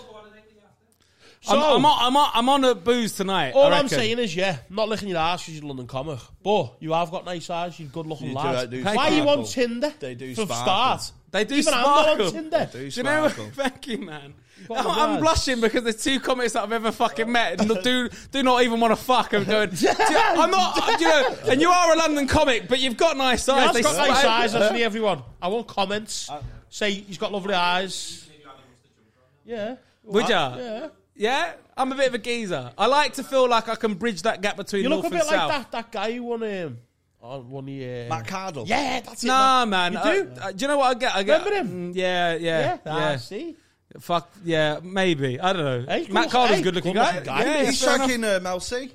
S3: So,
S4: I'm, I'm, on, I'm, on, I'm on a booze tonight.
S3: all
S4: I
S3: I'm
S4: reckon.
S3: saying is, yeah, I'm not licking your ass because you're a London comic, but you have got nice eyes, you're a good looking
S1: You do
S3: lad.
S1: that, do
S3: Why are you on
S1: sparkle.
S3: Tinder?
S1: They do
S3: From
S1: sparkle.
S3: start.
S4: they do
S3: Even I'm not on
S4: sparkle.
S3: Tinder.
S1: Do
S4: (laughs) Do you know?
S1: sparkle.
S4: (laughs) Thank you, man.
S3: Got
S4: I'm,
S3: the
S4: I'm
S3: words.
S4: blushing because the two comics that I've ever fucking
S3: (laughs)
S4: met and do do not even want to fuck. I'm going. do you- I'm not. Do you know, and you are a London comic, but you've got nice eyes.
S3: I've
S4: They
S3: got nice
S4: smile.
S3: eyes,
S1: (laughs)
S3: hasn't he, everyone? I want comments.
S1: Uh,
S3: Say he's got lovely eyes. Yeah.
S4: Would ya?
S3: Yeah.
S4: Yeah, I'm a bit of a geezer. I like to feel like I can bridge that gap between
S3: You
S4: north
S3: look a
S4: and
S3: bit like
S4: south.
S3: that that guy who won um on one year.
S1: Matt Cardle.
S3: Yeah, that's it.
S4: Nah, man.
S3: You
S4: I-
S3: do?
S4: I- do you know what I get? I get
S3: Remember him?
S4: Mm, Yeah, yeah,
S3: Yeah,
S4: yeah.
S3: yeah. see.
S4: Fuck yeah, maybe. I don't know.
S3: Hey, good
S4: Matt
S3: look-
S4: Carter's
S3: hey,
S4: good looking guy.
S3: good-looking guy.
S4: Yeah,
S1: He's
S4: he's fair enough.
S1: shagging uh, Mel C.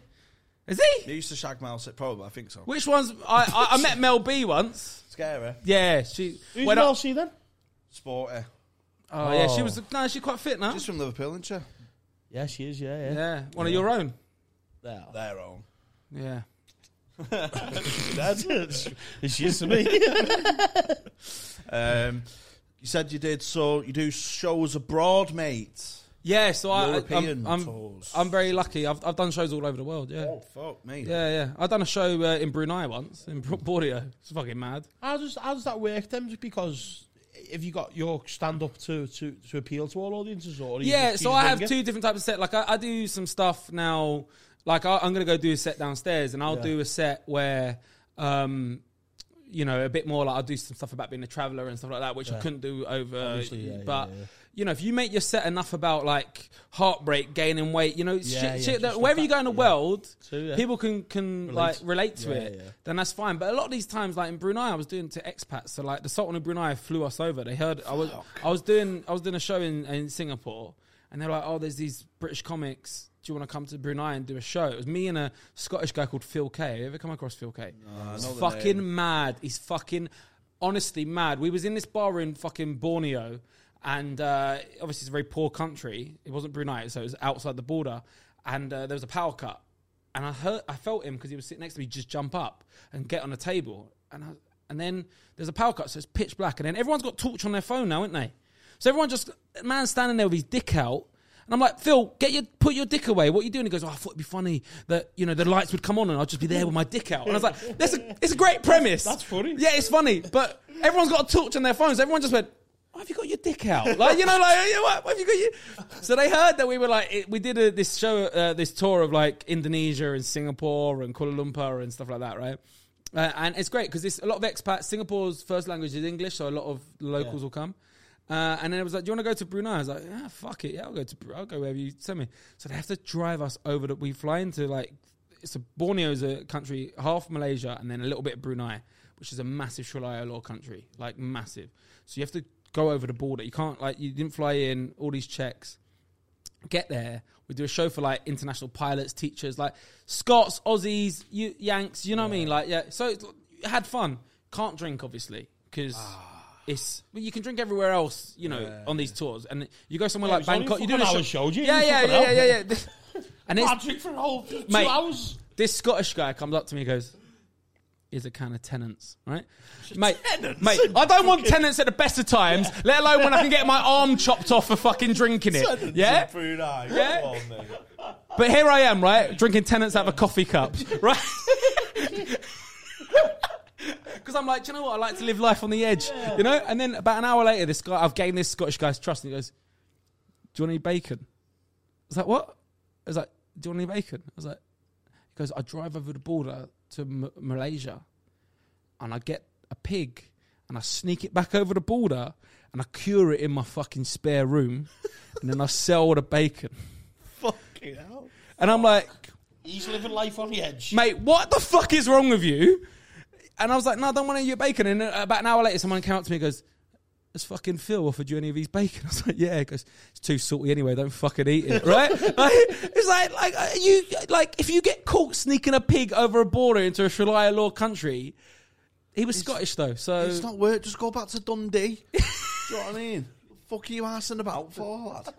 S4: Is he?
S1: He used to shag Mel C. Probably, I think so.
S4: Which one's? I, I, I met Mel B once.
S1: Scary.
S4: Yeah, she.
S3: Who's
S4: when I-
S3: Mel C then?
S1: Sporty.
S4: oh, yeah, she was. No, she's quite fit now.
S1: Just from Liverpool, isn't she?
S3: Yeah, she is. Yeah, yeah.
S4: yeah, one of your own.
S3: Well,
S1: Their own.
S4: Yeah. (laughs)
S3: That's it. She is to me.
S1: Um, you said you did, so you do shows abroad, mate.
S4: Yeah, so I,
S1: European
S4: I'm, I'm,
S1: tours.
S4: I'm very lucky. I've, I've done shows all over the world. Yeah,
S1: Oh, fuck me.
S4: yeah, yeah. I've done a show uh, in Brunei once in Br- Borneo. It's fucking mad.
S3: (laughs) How does how does that work then? Just because have you got your stand up to, to, to appeal to all audiences or are you
S4: yeah,
S3: just-
S4: so
S3: you just
S4: I have
S3: wing it?
S4: two different types of set. Like I, I do some stuff now. Like I, I'm gonna go do a set downstairs, and I'll do a set where, um, you know, a bit more like I'll do some stuff about being a traveller and stuff like that, which I couldn't do over.
S3: Obviously, yeah,
S4: but
S3: yeah, yeah.
S4: you know, if you make your set enough about like heartbreak, gaining weight, you know, shit,
S3: yeah,
S4: shit that
S3: just
S4: wherever you
S3: like
S4: go in the
S3: that, yeah.
S4: world,
S3: So, yeah.
S4: people can can like relate to
S3: Yeah,
S4: it.
S3: yeah.
S4: Then that's fine. But a lot of these times, like in Brunei, I was doing to expats. So like the Sultan of Brunei flew us over. They heard I was I was doing I was doing a show in, in Singapore, and they're like, "Oh, there's these British comics. Do you want to come to Brunei and do a show?" It was me and a Scottish guy called Phil K. Have you ever come across Phil K? He's
S1: know the
S4: fucking mad. He's fucking honestly mad. We was in this bar in fucking Borneo, and uh, obviously it's a very poor country. It wasn't Brunei, so it was outside the border, and uh, there was a power cut. And I heard, I felt him because he was sitting next to me. Just jump up and get on the table, and I, and then there's a power cut, so it's pitch black, and then everyone's got torch on their phone now, ain't they? So everyone just man standing there with his dick out. And I'm like, Phil, get your put your dick away. What are you doing? He goes, oh, I thought it'd be funny that you know the lights would come on and I'd just be there with my dick out. And I was like, that's a it's a great premise.
S3: That's funny.
S4: Yeah, it's funny, but everyone's got a torch on their phones. Everyone just went. Why have you got your dick out? Like you know, like yeah, why, why have you got your? So they heard that we were like it, we did a, this show, uh, this tour of like Indonesia and Singapore and Kuala Lumpur and stuff like that, right? Uh, and it's great because a lot of expats. Singapore's first language is English, so a lot of locals will come. Uh, and then it was like, "Do you want to go to Brunei?" I was like, "Yeah, fuck it, yeah, I'll go to, Bru- I'll go wherever you send me." So they have to drive us over. That we fly into like, so Borneo is a country half Malaysia and then a little bit of Brunei, which is a massive Sharia law country, like massive. So you have to go over the border. You can't like you didn't fly in all these checks get there. We do a show for like international pilots, teachers, like Scots, Aussies, you, Yanks. You know what I mean? Like, yeah. So it's, you had fun. Can't drink obviously because
S3: Ah.
S4: it's well, you can drink everywhere else. You know, on these tours, and you go somewhere like
S3: it's only
S4: Bangkok. You do
S3: fucking
S4: a
S3: hour show, do you?
S4: Yeah,
S3: You
S4: yeah, yeah,
S3: fucking
S4: yeah,
S3: hell.
S4: yeah, (laughs) and it's,
S3: I drink for a whole two
S4: Mate.
S3: hours.
S4: this Scottish guy comes up to me and goes, is a can of tenants, right? Mate, mate,
S3: (laughs)
S4: I don't want tenants at the best of times, let alone when I can get my arm chopped off for fucking drinking it. Yeah?
S1: Brunei.
S4: Yeah.
S1: Come on, mate.
S4: But here I am, right, drinking tenants out of a coffee cup, right? (laughs) Because I'm like, do you know what? I like to live life on the edge, you know. And then about an hour later, this guy, I've gained this Scottish guy's trust, and he goes, "Do you want any bacon?" I was like, "What?" I was like, "Do you want any bacon?" I was like, "He goes, I drive over the border to M- Malaysia, and I get a pig, and I sneak it back over the border, and I cure it in my fucking spare room, and then I sell the bacon."
S1: Fucking hell.
S4: And I'm like,
S3: He's living life on the edge.
S4: mate, what the fuck is wrong with you? And I was like, no, I don't want any of your bacon. And about an hour later, someone came up to me and goes, has fucking Phil offered you any of his bacon? (laughs) I was like, yeah. He goes, it's too salty anyway. Don't fucking eat
S1: (laughs)
S4: it, right? Like, it's like, like uh, you, like if you get caught sneaking a pig over a border into a Sharia law country, he was Scottish though, so
S1: It's not work. Just go back to Dundee. (laughs) Do you know what I mean? Fuck are you arsing about for, lad?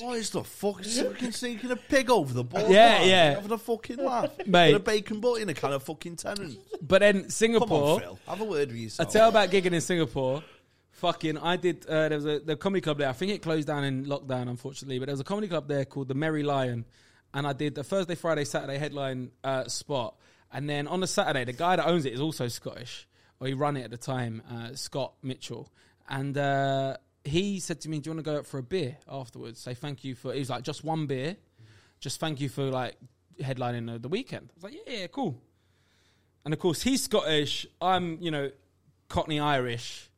S1: What is the fuck? It's fucking sneaking a pig over the border.
S4: Yeah,
S1: lad.
S4: yeah.
S1: Having a fucking laugh.
S4: (laughs) Mate.
S1: With a bacon butt in a can of fucking tenant.
S4: But then Singapore,
S1: Come on, Phil. Have a word with
S4: I
S1: yourself.
S4: tell about gigging in Singapore. Fucking, I did. Uh, there was a the comedy club there. I think it closed down in lockdown, unfortunately. But there was a comedy club there called the Merry Lion, and I did a Thursday, Friday, Saturday headline uh, spot. And then on the Saturday, the guy that owns it is also Scottish, or he ran it at the time, uh, Scott Mitchell. And uh, he said to me, "Do you want to go out for a beer afterwards? Say thank you for." He was like, "Just one beer." just thank you for like headlining the, the weekend. I was like, yeah, yeah, cool. And of course, he's Scottish. I'm, you know, Cockney Irish.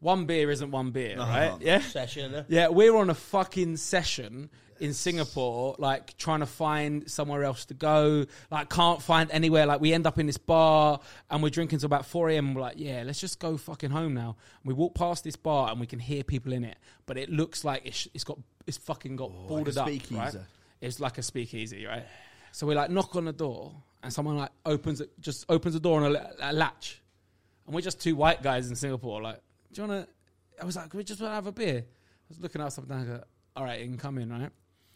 S4: One beer isn't one beer, right? Yeah,
S3: Session, innit?
S4: yeah. We're on a fucking session in Singapore, like trying to find somewhere else to go. Like, can't find anywhere. Like, we end up in this bar and we're drinking till about four a.m. We're like, yeah, let's just go fucking home now. we walk past this bar and we can hear people in it, but it looks like it's, it's got it's fucking got boarded up.
S1: speakeasy.
S4: Right? It's like a speakeasy, right? So we like knock on the door, and someone like opens it, just opens the door on a, a latch, and we're just two white guys in Singapore. Like, do you want to? I was like, we just want to have a beer. I was looking outside and I go, all right, you can come in, right?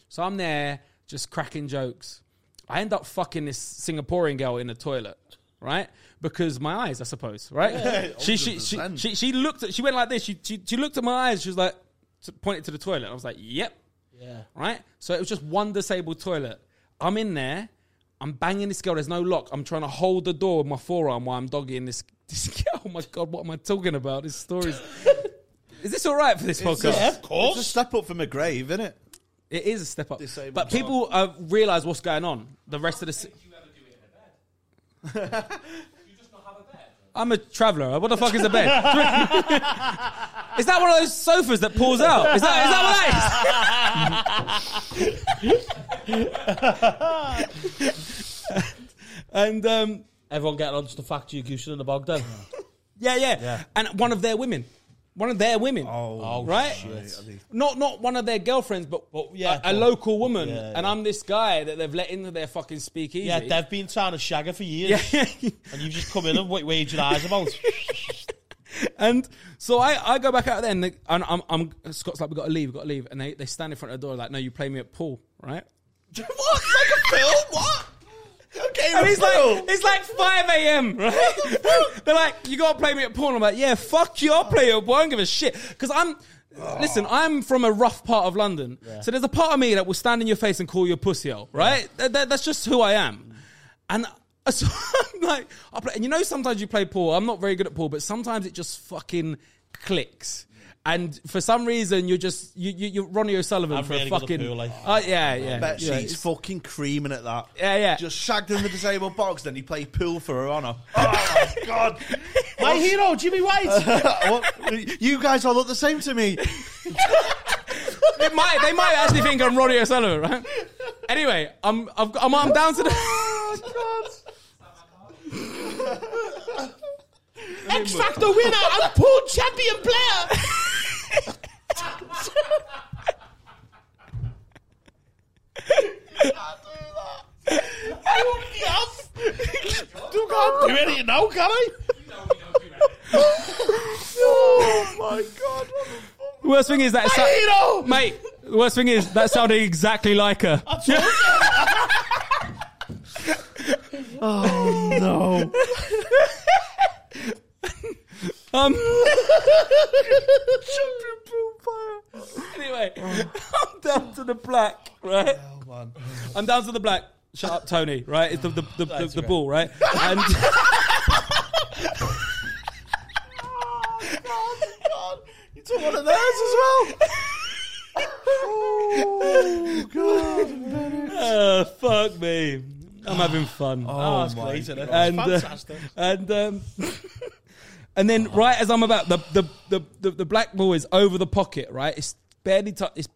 S4: So I'm there, just cracking jokes. I end up fucking this Singaporean girl in the toilet, right? Because my eyes, I suppose, right? she, she, she,
S1: 100%.
S4: she, she looked at, she went like this. She, she, she looked at my eyes. She was like, pointed to the toilet. I was like, yep
S3: Yeah.
S4: right? So it was just one disabled toilet. I'm in there. I'm banging this girl. There's no lock. I'm trying to hold the door with my forearm while I'm dogging this. (laughs) This girl. Oh my god, what am I talking about? This story's. (laughs) Is this all right for this podcast?
S1: of course. It's a step up from a grave, isn't
S4: (laughs)
S1: it?
S4: It is a step up,
S1: Disabled
S4: but people uh, realize what's going on. The rest of the. si-
S6: Do you ever do it in a
S3: (laughs)
S6: bed? do you just not have a bed?
S4: I'm a traveller. What the fuck is a bed? (laughs) is that one of those sofas that pulls out? Is that is that what that is? and um,
S3: Everyone getting onto the fact you're goosing in the bog then.
S4: yeah, yeah, and one of their women, one of their women,
S1: Oh,
S4: right? Not not one of their girlfriends, but, but
S3: yeah,
S4: a, a
S3: cool.
S4: local woman.
S3: Yeah,
S4: And
S3: yeah.
S4: I'm this guy that they've let into their fucking speakeasy.
S3: Yeah,
S4: (laughs)
S3: they've been trying to shag her for years,
S4: Yeah.
S3: and you've just come in and wa- waged your eyes (laughs) about.
S4: And so I, I go back out there and, they, and I'm, I'm Scott's like, we got to leave, we got to leave. And they, they stand in front of the door like, no, you play me at pool, right?
S1: what? Like a film? What? Okay,
S4: And he's like, it's like 5 a.m., right? They're like, you got to play me at pool. I'm like, yeah, fuck you, I'll play you at pool. I don't give a shit. Because I'm, listen, I'm from a rough part of London. So there's a part of me that will stand in your face and call you a pussy hole, right? That, that- that's just who I am. And (laughs) so I'm like, I play, and you know, sometimes you play pool. I'm not very good at pool, but sometimes it just fucking clicks. And for some reason, you're just you you you're Ronnie O'Sullivan
S3: I'm
S4: for
S3: really
S4: a
S3: good at
S4: fucking
S3: pool, like-
S4: Uh, yeah yeah.
S1: Bet
S4: yeah,
S1: she's
S4: it's-
S1: fucking creaming at that.
S4: Yeah, yeah.
S1: Just shagged in the disabled box, then he played pool for her honour. Oh, God.
S3: My hero, Jimmy White.
S1: (laughs) What? You guys all look the same to me.
S4: It might, they might actually think I'm Ronnie O'Sullivan, right? Anyway, I'm, I've, got- I'm, I'm down to the. (laughs) X Factor winner and pool champion player.
S3: Do anything now, can I?
S6: No, we don't do anything.
S1: oh, my God.
S4: The worst thing is that. Sa- mate, the worst thing is that sounded exactly like her.
S1: No.
S4: (laughs) Um, anyway, I'm down to the black, right? I'm down to the black. Shut up, Tony. Right? It's the the, the, the, the ball, right? And
S1: You took one of theirs as well. oh, God.
S4: uh, fuck me, I'm having fun.
S3: Oh, that's great, isn't it?
S4: and uh,
S3: Fantastic.
S4: and um, and then right as I'm about the the, the the the black ball is over the pocket, right? It's barely touch. It's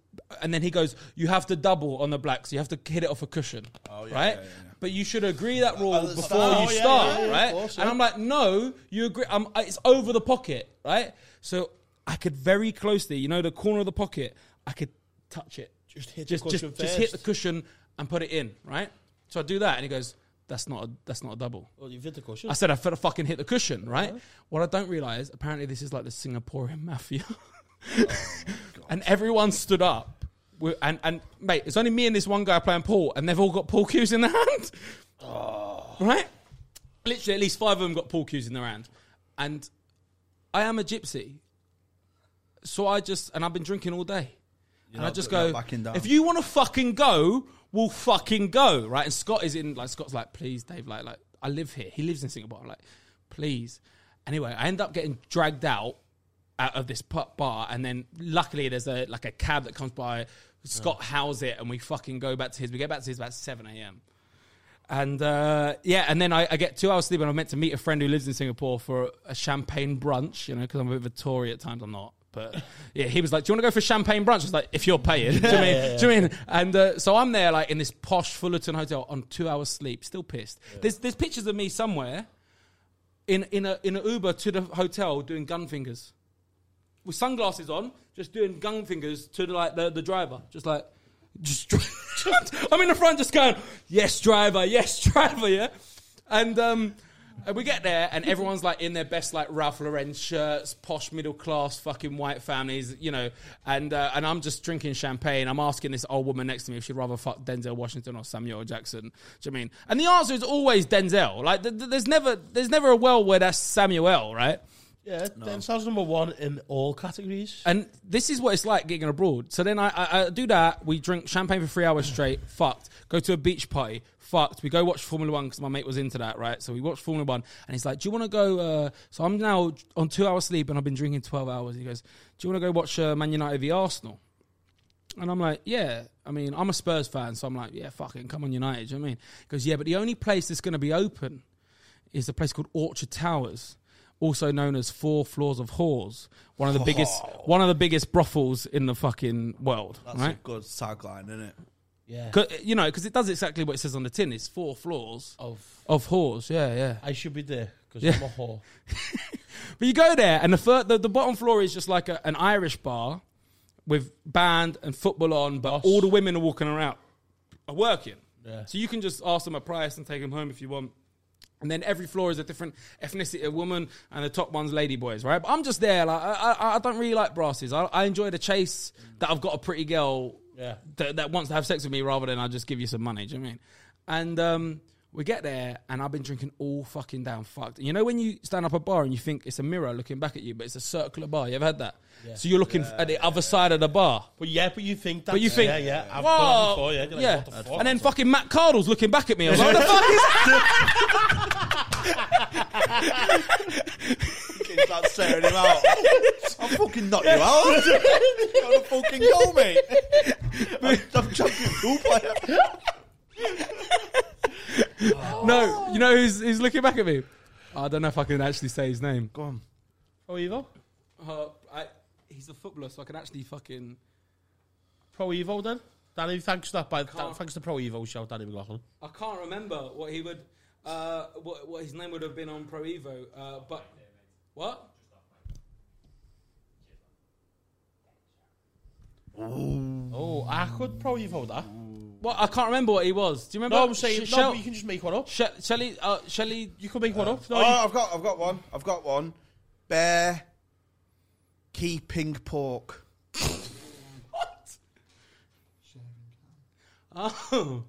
S4: and then he goes, "You have to double on the black, so you have to hit it off a cushion,
S1: Oh, yeah,
S4: right?"
S1: yeah, yeah.
S4: But you should agree that rule
S1: At the
S4: before
S1: start.
S4: you
S1: Oh, yeah,
S4: start,
S1: yeah, yeah,
S4: right?
S1: of course,
S4: uh, And I'm like, "No, you agree. I'm, it's over the pocket, right?" So I could very closely, you know, the corner of the pocket, I could touch it.
S3: Just hit the
S4: just,
S3: cushion
S4: just, just hit the
S3: first.
S4: cushion and put it in, right? So I do that, and he goes, "That's not a, that's not a double."
S3: Well, you've hit the cushion.
S4: I said I felt I fucking hit the cushion, right? What I don't realize, apparently, this is like the Singaporean (laughs) mafia, and everyone stood up. We- And and mate, it's only me and this one guy playing pool, and they've all got pool cues in their hand, right? Literally, at least five of them got pool cues in their hand, and I am a gypsy, so I just and I've been drinking all day, and I
S1: not-
S4: just
S1: you're
S4: go.
S1: not backing down.
S4: If you want to fucking go, we'll fucking go, right? And Scott is in like Scott's like, please, Dave, like, like I live here. He lives in Singapore. I'm like, please. Anyway, I end up getting dragged out out of this pub bar, and then luckily there's a like a cab that comes by. Scott hows it, and we fucking go back to his. We get back to his about seven a.m. And uh, yeah, and then I, I get two hours sleep, and I'm meant to meet a friend who lives in Singapore for a champagne brunch, you know, because I'm a bit of a Tory at times. I'm not, but yeah, he was like, "Do you want to go for champagne brunch?" I was like, "If you're paying, (laughs) do you know what I mean? Do you know what I mean?" And uh, so I'm there, like in this posh Fullerton hotel, on two hours sleep, still pissed. There's there's pictures of me somewhere in in a in a Uber to the hotel doing gun fingers with sunglasses on, just doing gun fingers to the, like the, the driver, just like, just. I'm in the front, (laughs) just going, yes, driver, yes, (laughs) driver, yeah. And um, and we get there, and everyone's like in their best like Ralph Lauren shirts, posh middle class fucking white families, you know. And uh, and I'm just drinking champagne. I'm asking this old woman next to me if she'd rather fuck Denzel Washington or Samuel Jackson. Do you know what I mean? And the answer is always Denzel. Like, th- th- there's never there's never a well where that's Samuel, right?
S3: yeah, Denzel's number one in all categories.
S4: And this is what it's like getting abroad. So then I, I, I do that. We drink champagne for three hours straight. Fucked. Go to a beach party. Fucked. We go watch Formula One because my mate was into that, right? So we watched Formula One, and he's like, "Do you want to go?" Uh, so I'm now on two hours sleep, and I've been drinking twelve hours. He goes, "Do you want to go watch uh, Man United v Arsenal?" And I'm like, yeah. I mean, I'm a Spurs fan, so I'm like, yeah, fucking come on, United. Do you know what I mean? He goes, yeah, but the only place that's going to be open is a place called Orchard Towers, also known as Four Floors of Whores, one of the biggest, one of the biggest brothels in the fucking world,
S1: That's
S4: right?
S1: a good tagline, isn't it?
S3: Yeah.
S4: 'Cause, you know, because it does exactly what it says on the tin. It's four floors
S3: Of
S4: of whores. Yeah, yeah.
S3: I should be there because
S4: Yeah.
S3: I'm a whore.
S4: But you go there, and the fir- the, the bottom floor is just like a, an Irish bar with band and football on, but
S3: Nice.
S4: all the women are walking around, are working.
S3: Yeah.
S4: So you can just ask them a price and take them home if you want. And then every floor is a different ethnicity, a woman, and the top one's lady boys, right? But I'm just there, like I, I, I don't really like brasses. I, I enjoy the chase that I've got a pretty girl
S3: Yeah.
S4: that, that wants to have sex with me rather than I just give you some money. Do you know what I mean? And um, we get there, and I've been drinking all fucking down fucked. You know when you stand up a bar and you think it's a mirror looking back at you, but it's a circular bar. You ever had that? So you're looking f at the other side of the bar.
S3: But yeah, but you think that?
S4: But you think,
S3: yeah, yeah, I've done
S4: "Whoa."
S3: that before. Yeah, You're like,
S4: yeah.
S3: What the fuck?
S4: and then fucking Matt Cardle's looking back at me. I was like, what the fuck is
S1: Kids that staring him out. I'll fucking knock you out. You're to fucking go, mate. I'm, I'm champion pool player.
S3: (laughs)
S4: no? You know who's, who's looking back at me? I don't know if I can actually say his name.
S1: Go on.
S3: Pro Evo,
S4: Uh, I, he's a footballer, so I can actually fucking.
S3: Pro Evo. Then Danny, thanks to that. By
S4: Can't-
S3: thanks to Pro Evo, shout Danny McLaughlin.
S4: I can't remember what he would, uh, what, what his name would have been on Pro Evo. Uh, but what?
S3: Oh, I could Pro Evo that.
S4: Mm. Well, I can't remember what he was. Do you remember?
S3: No, I'm saying
S4: Sh-
S3: no.
S4: Shell-
S3: but You can just make one up.
S4: Sh- Shelly, uh, Shelly,
S3: You could make one up. No,
S1: Oh,
S3: you-
S1: I've got, I've got one. I've got one. Bear keeping pork.
S4: oh,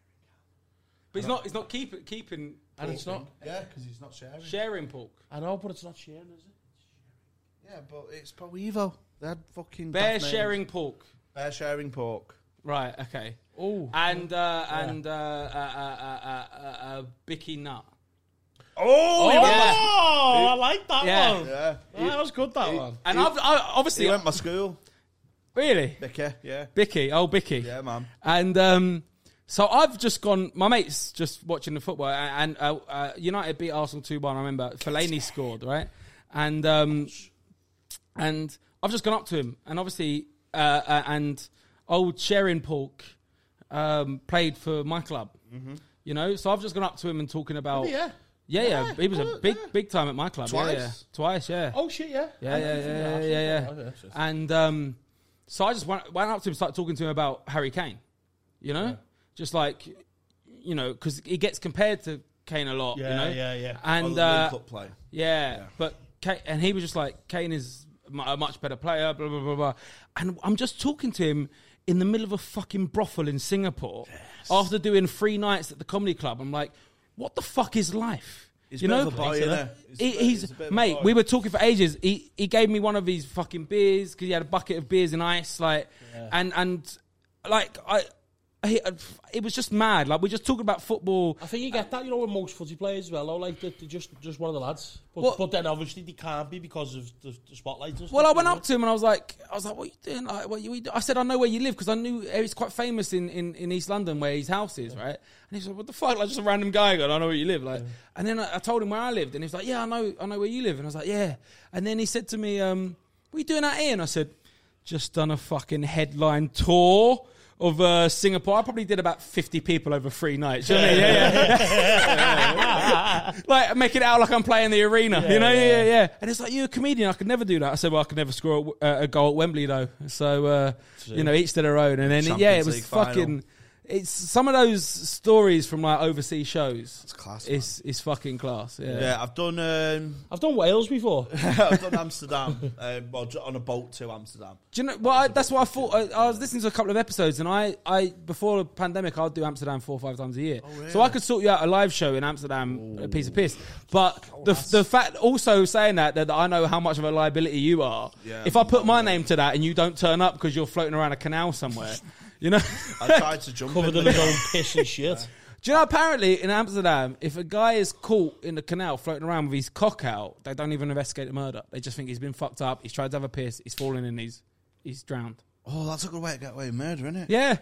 S4: (laughs) but he's not. He's not keep, keeping
S3: and it's not.
S5: Yeah, because he's not sharing.
S4: sharing pork.
S3: I know, but it's not sharing, is it?
S1: Yeah, but it's Pro Evo. They had fucking
S4: Bear
S1: daft names.
S4: sharing pork.
S1: Bear sharing pork.
S4: Right. Okay.
S3: Oh,
S4: And uh, and uh, uh, uh, uh, uh, uh, Bicky Nut.
S1: Oh, he
S4: yeah.
S1: went my-
S3: Oh, I like that
S4: Yeah.
S3: one. Ah,
S1: yeah.
S4: Oh.
S3: that was good. That one.
S4: And I've, I,
S1: He
S4: obviously,
S1: went my school.
S4: really,
S1: Bicker, yeah.
S4: Bicky. Oh, Bicky.
S1: Yeah, man.
S4: And um, so I've just gone. My mate's just watching the football, a- and uh, uh, United beat Arsenal two one. I remember Fellaini scored, right? And um, and I've just gone up to him, and obviously, uh, uh, and old Sharon Polk um, played for my club, you know. So I've just gone up to him and talking about
S3: Yeah.
S4: Yeah, yeah, he was a big, big time at my club. Yeah,
S1: Twice?
S4: yeah. twice, yeah.
S3: Oh shit, yeah.
S4: Yeah, yeah, yeah, yeah, yeah, yeah. And um, so I just went, went up to him, started talking to him about Harry Kane. You know, just like you know, because he gets compared to Kane a lot. you
S3: Yeah,
S4: know?
S3: yeah, yeah.
S1: Other
S4: And
S1: than
S4: uh,
S1: cup play.
S4: yeah, but Kane, and he was just like Kane is mu- a much better player. Blah blah blah blah. And I'm just talking to him in the middle of a fucking brothel in Singapore after doing three nights at the comedy club. I'm like, what the fuck is life?
S1: He's a bit of a boy, isn't he? He's
S4: he-
S1: a bit-
S4: he's,
S1: he's a bit of a
S4: mate.
S1: boy.
S4: We were talking for ages. He he gave me one of his fucking beers because he had a bucket of beers and ice, like, and and like I, I, it was just mad. Like we're just talking about football.
S3: I think you get that, you know, with most footy players as well, though, like, they're, they're just, just one of the lads. But,
S4: Well-
S3: but then, obviously, they can't be because of the, the spotlight and stuff.
S4: Well, I went up to him and I was like, I was like, what are you doing? Like, what are you, what you do-" I said, I know where you live because I knew he's quite famous in, in, in East London where his house is, right? And he like, what the fuck? Like, just a random guy going, I know where you live. Like, and then I, I told him where I lived and he was like, yeah, I know, I know where you live. And I was like, yeah. And then he said to me, um, what are you doing out here? And I said, just done a fucking headline tour. Of uh, Singapore, I probably did about fifty people over three nights. You know what I mean? Yeah, yeah. like make it out like I'm playing the arena, you know? Yeah, yeah, And it's like you're a comedian. I could never do that. I said, well, I could never score a, uh, a goal at Wembley though. So uh, you know, each to their own. And then yeah, it
S1: Champions
S4: was
S1: League final.
S4: fucking. It's some of those stories from like overseas shows. It's
S1: class,
S4: It's uh, it's fucking class. Yeah.
S1: Yeah, I've done. Um, (laughs)
S3: I've done Wales before.
S1: I've done
S4: (laughs)
S1: Amsterdam. Um, well, ju- on a boat to Amsterdam.
S4: Do you know? Well, I, that's what I thought. I, I was listening to a couple of episodes, and I, I before the pandemic, I'd do Amsterdam four or five times a year. So I could sort you out a live show in Amsterdam, a piece of piss. But the, the fact also saying that, that I know how much of a liability you are.
S1: Yeah.
S4: if I put my name to that and you don't turn up because you're floating around a canal somewhere, you know. (laughs)
S1: I tried to jump.
S3: Covered
S1: in
S3: in
S1: the-
S3: his own piss and shit.
S4: Do you know? Apparently, in Amsterdam, if a guy is caught in the canal floating around with his cock out, they don't even investigate the murder. They just think he's been fucked up. He's tried to have a piss. He's fallen and he's he's drowned.
S1: oh, that's a good way to get away with murder, isn't it?
S4: Yeah.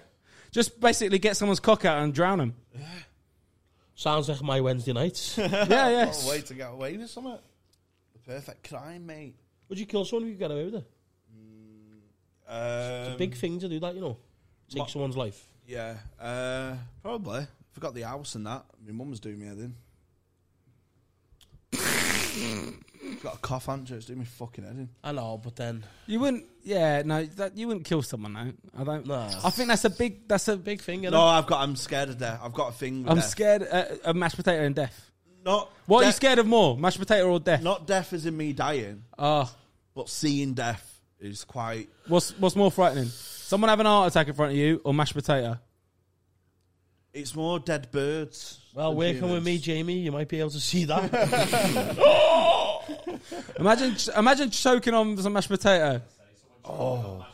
S4: Just basically get someone's cock out and drown
S1: (laughs)
S4: him.
S3: Sounds like my Wednesday nights.
S4: Yeah, yeah.
S1: What a way to get away with something. The perfect crime, mate.
S3: Would you kill someone if you get away with it?
S1: Um,
S3: Big thing to do that, you know. Take
S1: What?
S3: someone's life.
S1: Yeah, uh, probably. Forgot the house and that. My mum's doing me head (laughs) in. Got a cough, hasn't she? It's doing me fucking head in.
S3: I know, but then
S4: You wouldn't yeah, no, that you wouldn't kill someone, no. I don't
S3: No.
S4: I think that's a big that's a big
S3: big thing, you
S1: No,
S3: know.
S1: I've got. I'm scared of death. I've got a thing. With
S4: I'm
S1: death.
S4: scared uh, of mashed potato and death.
S1: Not
S4: What are you
S1: death-
S4: scared of more? Mashed potato or death?
S1: Not death is in me dying,
S4: Ah,
S1: but seeing death is quite.
S4: what's what's more frightening? Someone having a heart attack in front of you or mashed potato?
S1: It's more dead birds.
S3: Well,
S1: than
S3: working with
S1: humans.
S3: me, Jamie, you might be able to see that.
S4: Imagine imagine choking on some mashed potato. Oh.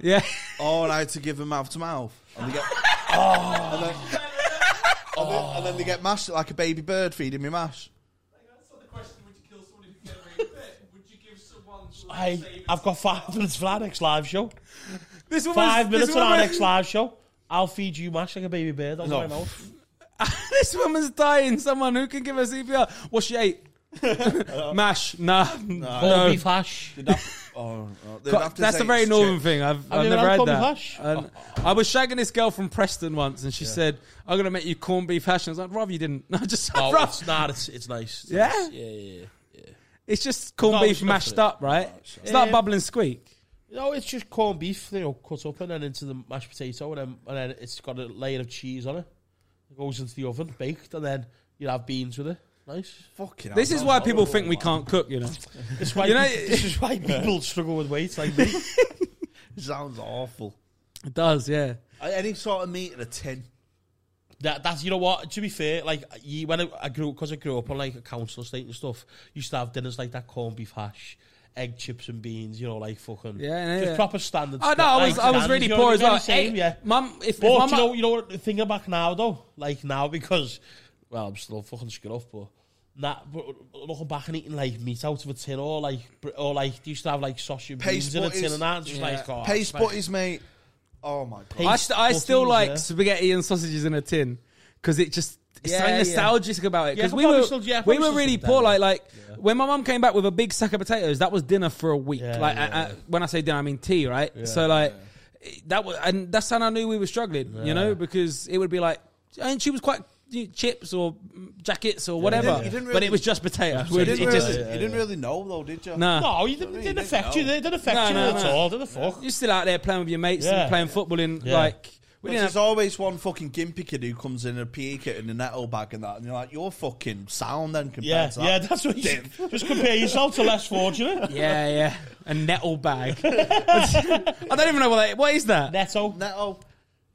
S4: Yeah. (laughs)
S1: Or I had to give them mouth to mouth, and they get. and, then, and then- and then they get mashed like a baby bird feeding me mash.
S6: Like, that's not the question. Would you kill someone if you get away with it? Would you give someone
S3: I,
S6: life saving?
S3: I've got five minutes for our next live show.
S4: This woman's-
S3: Five minutes
S4: this
S3: for our
S4: woman-
S3: next live show. I'll feed you mash like a baby bird. I'll
S1: No.
S3: no.
S4: (laughs) this woman's dying. Someone who can give her CPR. What she ate? Mash. Nah.
S3: Call
S4: no.
S3: me fash.
S1: They'd have- oh, oh, they'd have to
S4: That's
S1: say
S4: a very
S1: it's
S4: northern
S1: chips.
S4: thing. I've,
S3: you
S4: I've
S3: ever
S4: never
S3: had
S4: had
S3: corned
S4: that. Uh,
S3: hash?
S4: And I was shagging this girl from Preston once, and she said, "I'm gonna make you corned beef hash." And I was like, "Rob, you didn't." (laughs) No, just
S3: No, Oh,
S4: Rob.
S3: it's not. It's, it's nice. It's
S4: Yeah?
S3: nice. yeah, yeah, yeah.
S4: It's just corned
S3: No,
S4: beef
S3: it's nothing.
S4: mashed up, right? It's
S3: Yeah.
S4: like bubbling squeak.
S3: No, it's just corned beef, you know, cut up and then into the mashed potato, and then, and then it's got a layer of cheese on it. It goes into the oven, baked, and then you have beans with it. Nice.
S1: Fucking
S4: This
S1: hell,
S4: is
S1: man.
S4: why people think we can't cook. You know,
S3: This is why,
S4: You know-
S3: this is
S4: (laughs)
S3: why people struggle with weight like me.
S1: sounds awful.
S4: it does. Yeah.
S1: Uh, Any sort of meat in a tin.
S3: That, that's you know what. To be fair, like you, when I, I grew because I grew up on like a council estate and stuff, used to have dinners like that corned beef hash, egg chips and beans. You know, like fucking
S4: Yeah, yeah,
S3: just
S4: yeah.
S3: proper standard.
S4: Oh
S3: sta-
S4: no, I
S3: like
S4: was I was
S3: standards,
S4: really
S3: you know,
S4: poor
S3: the
S4: as well.
S3: very Same,
S4: Hey,
S3: yeah.
S4: Mum, if, if
S3: But
S4: my
S3: you
S4: mu-
S3: know, you know what? Thinking back now though, like now because well, I'm still fucking scuff, but. Nah, but looking back and eating like meat out of a tin or like br- or like they used to have like sausage and
S1: Paste
S3: beans in a tin
S1: butties.
S3: and that. and Just like oh,
S1: Paste
S3: it's like-
S1: butties, mate. Oh my god.
S4: I, st- I still
S3: butties,
S4: like
S3: yeah.
S4: spaghetti and sausages in a tin because it just it's
S3: Yeah,
S4: something
S3: yeah.
S4: nostalgic about it.
S3: Yeah,
S4: Because
S3: but
S4: we
S3: probably
S4: were
S3: still- yeah,
S4: we
S3: probably
S4: were
S3: still
S4: really
S3: something
S4: poor.
S3: down
S4: Like like when my mum came back with a big sack of potatoes, that was dinner for a week.
S3: Yeah,
S4: like
S3: yeah,
S4: I, I, when I say dinner, I mean tea, right? so like it- that was and that's how I knew we were struggling. You know because it would be like and she was quite. you- chips or mm, jackets or whatever.
S1: didn't- you didn't
S4: but
S1: really-
S4: it was just potatoes.
S1: You
S4: It,
S1: didn't,
S4: it
S1: really,
S4: just
S1: you didn't really know though, did you?
S4: nah.
S3: No, you didn't, it didn't affect you. It didn't affect
S4: No,
S3: you
S4: no,
S3: at
S4: no.
S3: all. Did it fuck?
S4: You're still out there playing with your mates
S3: Yeah.
S4: and playing football in
S3: Yeah.
S4: like we
S1: But
S4: didn't
S1: there's
S4: have,
S1: always one fucking gimpy kid who comes in a PE kit and a nettle bag and that, and you're like, you're fucking sound then compared
S3: Yeah,
S1: to that.
S3: yeah, that's what you should- (laughs) Just compare yourself to less fortunate.
S4: yeah, yeah, a nettle bag. (laughs) I don't even know what that. What is that?
S3: Netto.
S1: (laughs) Nettle,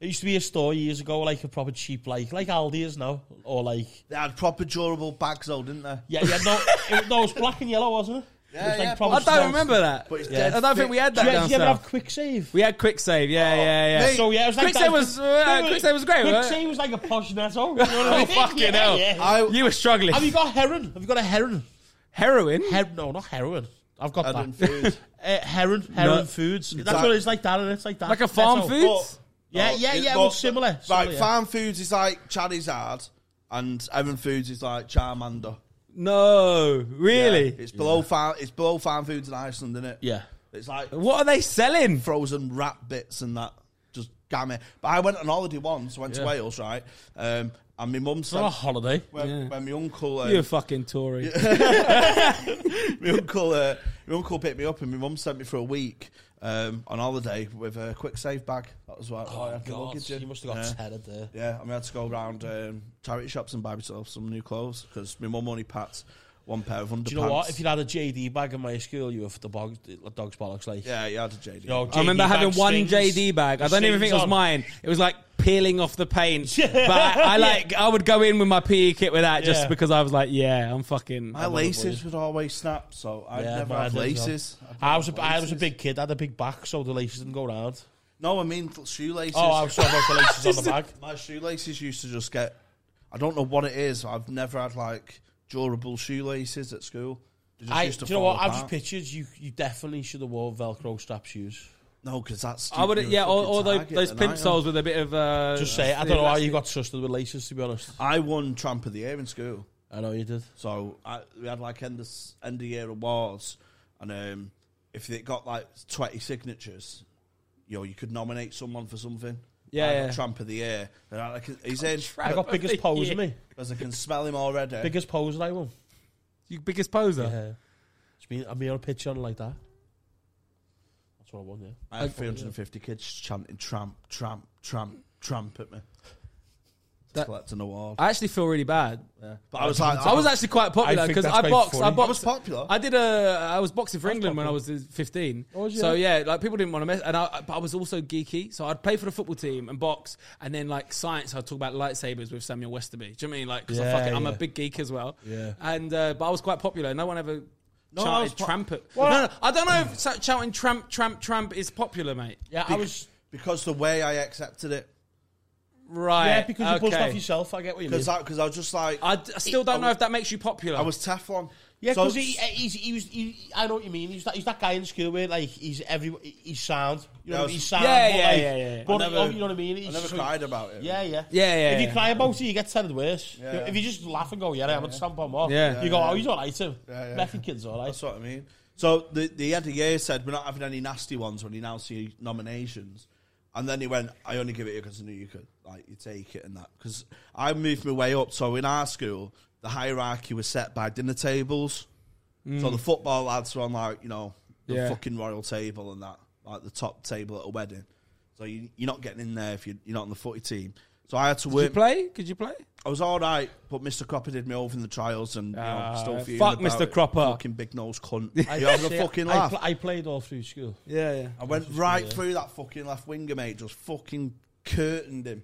S3: It used to be a store years ago, like a proper cheap, like like Aldi is now, or like
S1: they had proper durable bags though, didn't they?
S3: yeah, yeah. No, it, no, it was black and yellow, wasn't it?
S1: Yeah,
S3: it was
S1: yeah,
S3: proper
S4: I
S3: smells-
S4: don't remember that.
S1: But it's
S4: I
S1: dead
S4: don't think
S1: thick.
S4: we had
S3: Do
S4: that
S3: you, do
S4: down
S3: you ever have
S4: south.
S3: quick save?
S4: We had quick save.
S1: Oh,
S4: Yeah, yeah, yeah.
S1: mate.
S3: So yeah, it was like
S4: Quick
S3: that-
S4: save was, uh,
S3: No,
S4: quick save was great,
S3: Quick
S4: right?
S3: save was like a posh netto. (laughs) You know what I mean?
S4: Oh, fucking
S3: Yeah,
S4: hell.
S3: yeah.
S1: I,
S4: You were struggling.
S3: Have you got heron? Have you got a heron?
S4: Heroin.
S3: Her- no, not heroin. I've got
S1: I
S3: that.
S1: didn't food.
S3: Uh, heron, heron
S4: No.
S3: foods. That's
S1: That-
S3: what it's like. That and it's like that.
S4: Like a farm
S3: Netto.
S4: food?
S1: But-
S3: (laughs) Yeah,
S1: No,
S3: yeah,
S1: it-
S3: yeah.
S1: but-
S3: Well, similar. similar
S1: Right,
S3: yeah.
S1: farm foods is like Charizard, and Evan Foods is like Charmander.
S4: No, really.
S1: It's below farm. It's below farm foods in Iceland, isn't it?
S3: Yeah.
S1: It's like
S4: What are they selling?
S1: frozen rat bits and that. Just gammy. But I went on holiday once. Went to Wales, right? Um, and my mum
S3: It's not a
S1: said
S3: holiday.
S1: when, when my uncle, um,
S4: You fucking Tory.
S1: (laughs) my uncle, uh, my uncle picked me up, and my mum sent me for a week um, on holiday with a quick save bag. That was what. what I
S3: Oh
S1: had my
S3: God!
S1: luggage in.
S3: You must have got
S1: Yeah.
S3: tattered there.
S1: Yeah, I mean, I had to go around um, charity shops and buy myself some new clothes because my mum only packed one pair of underpants.
S3: Do you know what? If you had a JD bag in my school, you were for the bog, the dog's bollocks. Like,
S1: yeah, you had a JD.
S3: you know,
S4: I remember
S3: JD bag
S4: having one
S3: strings,
S4: JD bag. I don't even
S3: strings
S4: think it was
S3: on.
S4: mine. It was like peeling off
S3: (laughs)
S4: the paint. but I, I like I would go in with my PE kit with that just
S3: Yeah.
S4: because I was like, yeah, I'm fucking.
S1: my
S4: I'm a
S1: laces
S4: boy.
S1: would always snap, so I'd
S3: Yeah,
S1: never
S3: mine
S1: have
S3: did as well.
S1: laces. I'd
S3: I
S1: never
S3: was,
S1: have
S3: a, I was a
S1: laces.
S3: big kid. I had a big back, so the laces didn't go round.
S1: No, I mean th- shoelaces.
S3: Oh, I was talking about the laces (laughs) on the bag.
S1: My shoelaces used to just get. I don't know what it is. I've never had like durable shoelaces at school. They just
S3: I,
S1: used
S3: do
S1: to
S3: you know
S1: fall
S3: what? I've just
S1: apart.
S3: pictured you. You definitely should have worn Velcro strap shoes.
S1: No, because that's.
S4: I would,
S1: you're a
S4: yeah, or,
S1: fucking
S4: or those,
S1: target,
S4: those
S1: then,
S4: pimp
S1: aren't you?
S4: soles with a bit of. Uh,
S3: Just say, I don't know how you got trusted with laces. To be honest,
S1: I won Tramp of the Year in school.
S3: I know you did.
S1: So I, we had like end of, s- end of year awards, and um, if it got like twenty signatures, you know, you could nominate someone for something.
S4: Yeah,
S1: I got
S4: yeah.
S1: Tramp of the year. And I, I can, he's in
S3: I got
S4: (laughs)
S3: biggest pose
S4: Yeah.
S3: in me.
S1: because I can smell him already.
S3: Biggest pose that I won.
S4: You biggest poser.
S3: Yeah. It's been, I've been on a picture on it like that. That's what I won, oh, yeah.
S1: I had three hundred and fifty kids chanting Tramp, Tramp, Tramp, Tramp at me.
S4: That-
S1: That, collect an award.
S4: I actually feel really bad.
S1: but I was like,
S4: I was actually quite popular
S3: I think
S4: because
S3: that's
S4: I,
S3: quite
S4: boxed.
S3: funny.
S4: I
S3: I
S4: boxed.
S1: was popular.
S4: I did a. I was boxing for
S3: That's
S4: England when I was
S3: popular.
S4: fifteen.
S3: Oh, was you?
S4: so yeah, like people didn't want to mess. And I, but I was also geeky, so I'd play for the football team and box, and then like science, I'd talk about lightsabers with Samuel Westerby. Do you know what I mean like? Cause I
S3: Yeah,
S4: fucking, I'm a
S3: yeah.
S4: big geek as well.
S3: Yeah.
S4: And uh, but I was quite popular. No one ever.
S1: No, I was
S4: chanted
S1: po-
S4: tramp at. No, no, I don't know if sa- shouting tramp, tramp, tramp is popular, mate.
S3: Yeah, I was.
S1: because the way I accepted it,
S4: Right.
S3: Yeah, because you
S4: okay.
S3: pushed off yourself. I get what you mean.
S1: because I, 'cause I was just like,
S4: I, d- I still don't know if that makes you popular.
S1: I was Teflon.
S3: Yeah,
S1: So-
S3: because he, he's, he was. He, I know what you mean. He's that, he's that guy in school where like he's every he's sound. You know,
S1: Yeah, I
S3: what I
S1: was-
S3: mean? he's sound.
S4: Yeah,
S3: but,
S4: yeah,
S3: like,
S4: yeah, yeah, yeah.
S3: But
S1: I never-
S3: oh, you know what I mean. He's
S1: I never
S3: so-
S1: cried about it.
S3: Yeah, yeah,
S4: Yeah, yeah,
S3: If you
S4: yeah.
S3: cry about it, you get said worse. You know,
S1: Yeah.
S3: If you just laugh and go, "Yeah, I'm gonna stamp on more,"
S4: Yeah.
S3: you go, "Oh, he's all right too.
S1: Yeah, yeah.
S3: Method kid's all right."
S1: That's what I mean. So the the end of year said we're not having any nasty ones when you now see nominations, and then he went, "I only give it you because I knew you could like you take it and that." Because I moved my way up. So in our school, the hierarchy was set by dinner tables. So the football lads were on like you know the
S4: Mm. Yeah.
S1: fucking royal table and that, like the top table at a wedding. So you, you're not getting in there if you're, you're not on the footy team. So I had to
S4: Could you
S1: work.
S4: play? Could you play?
S1: I was all right, but Mr. Cropper did me over in the trials, and you know,
S4: Ah,
S1: still fuming
S4: fuck
S1: about
S4: Mr.
S1: it.
S4: Cropper.
S1: fucking big nose
S4: (laughs)
S1: cunt. You having
S3: See,
S1: a fucking
S3: I,
S1: laugh?
S3: pl- I played all through school. (laughs)
S4: Yeah, yeah.
S1: I went right through that fucking left winger, mate. Just fucking curtained him.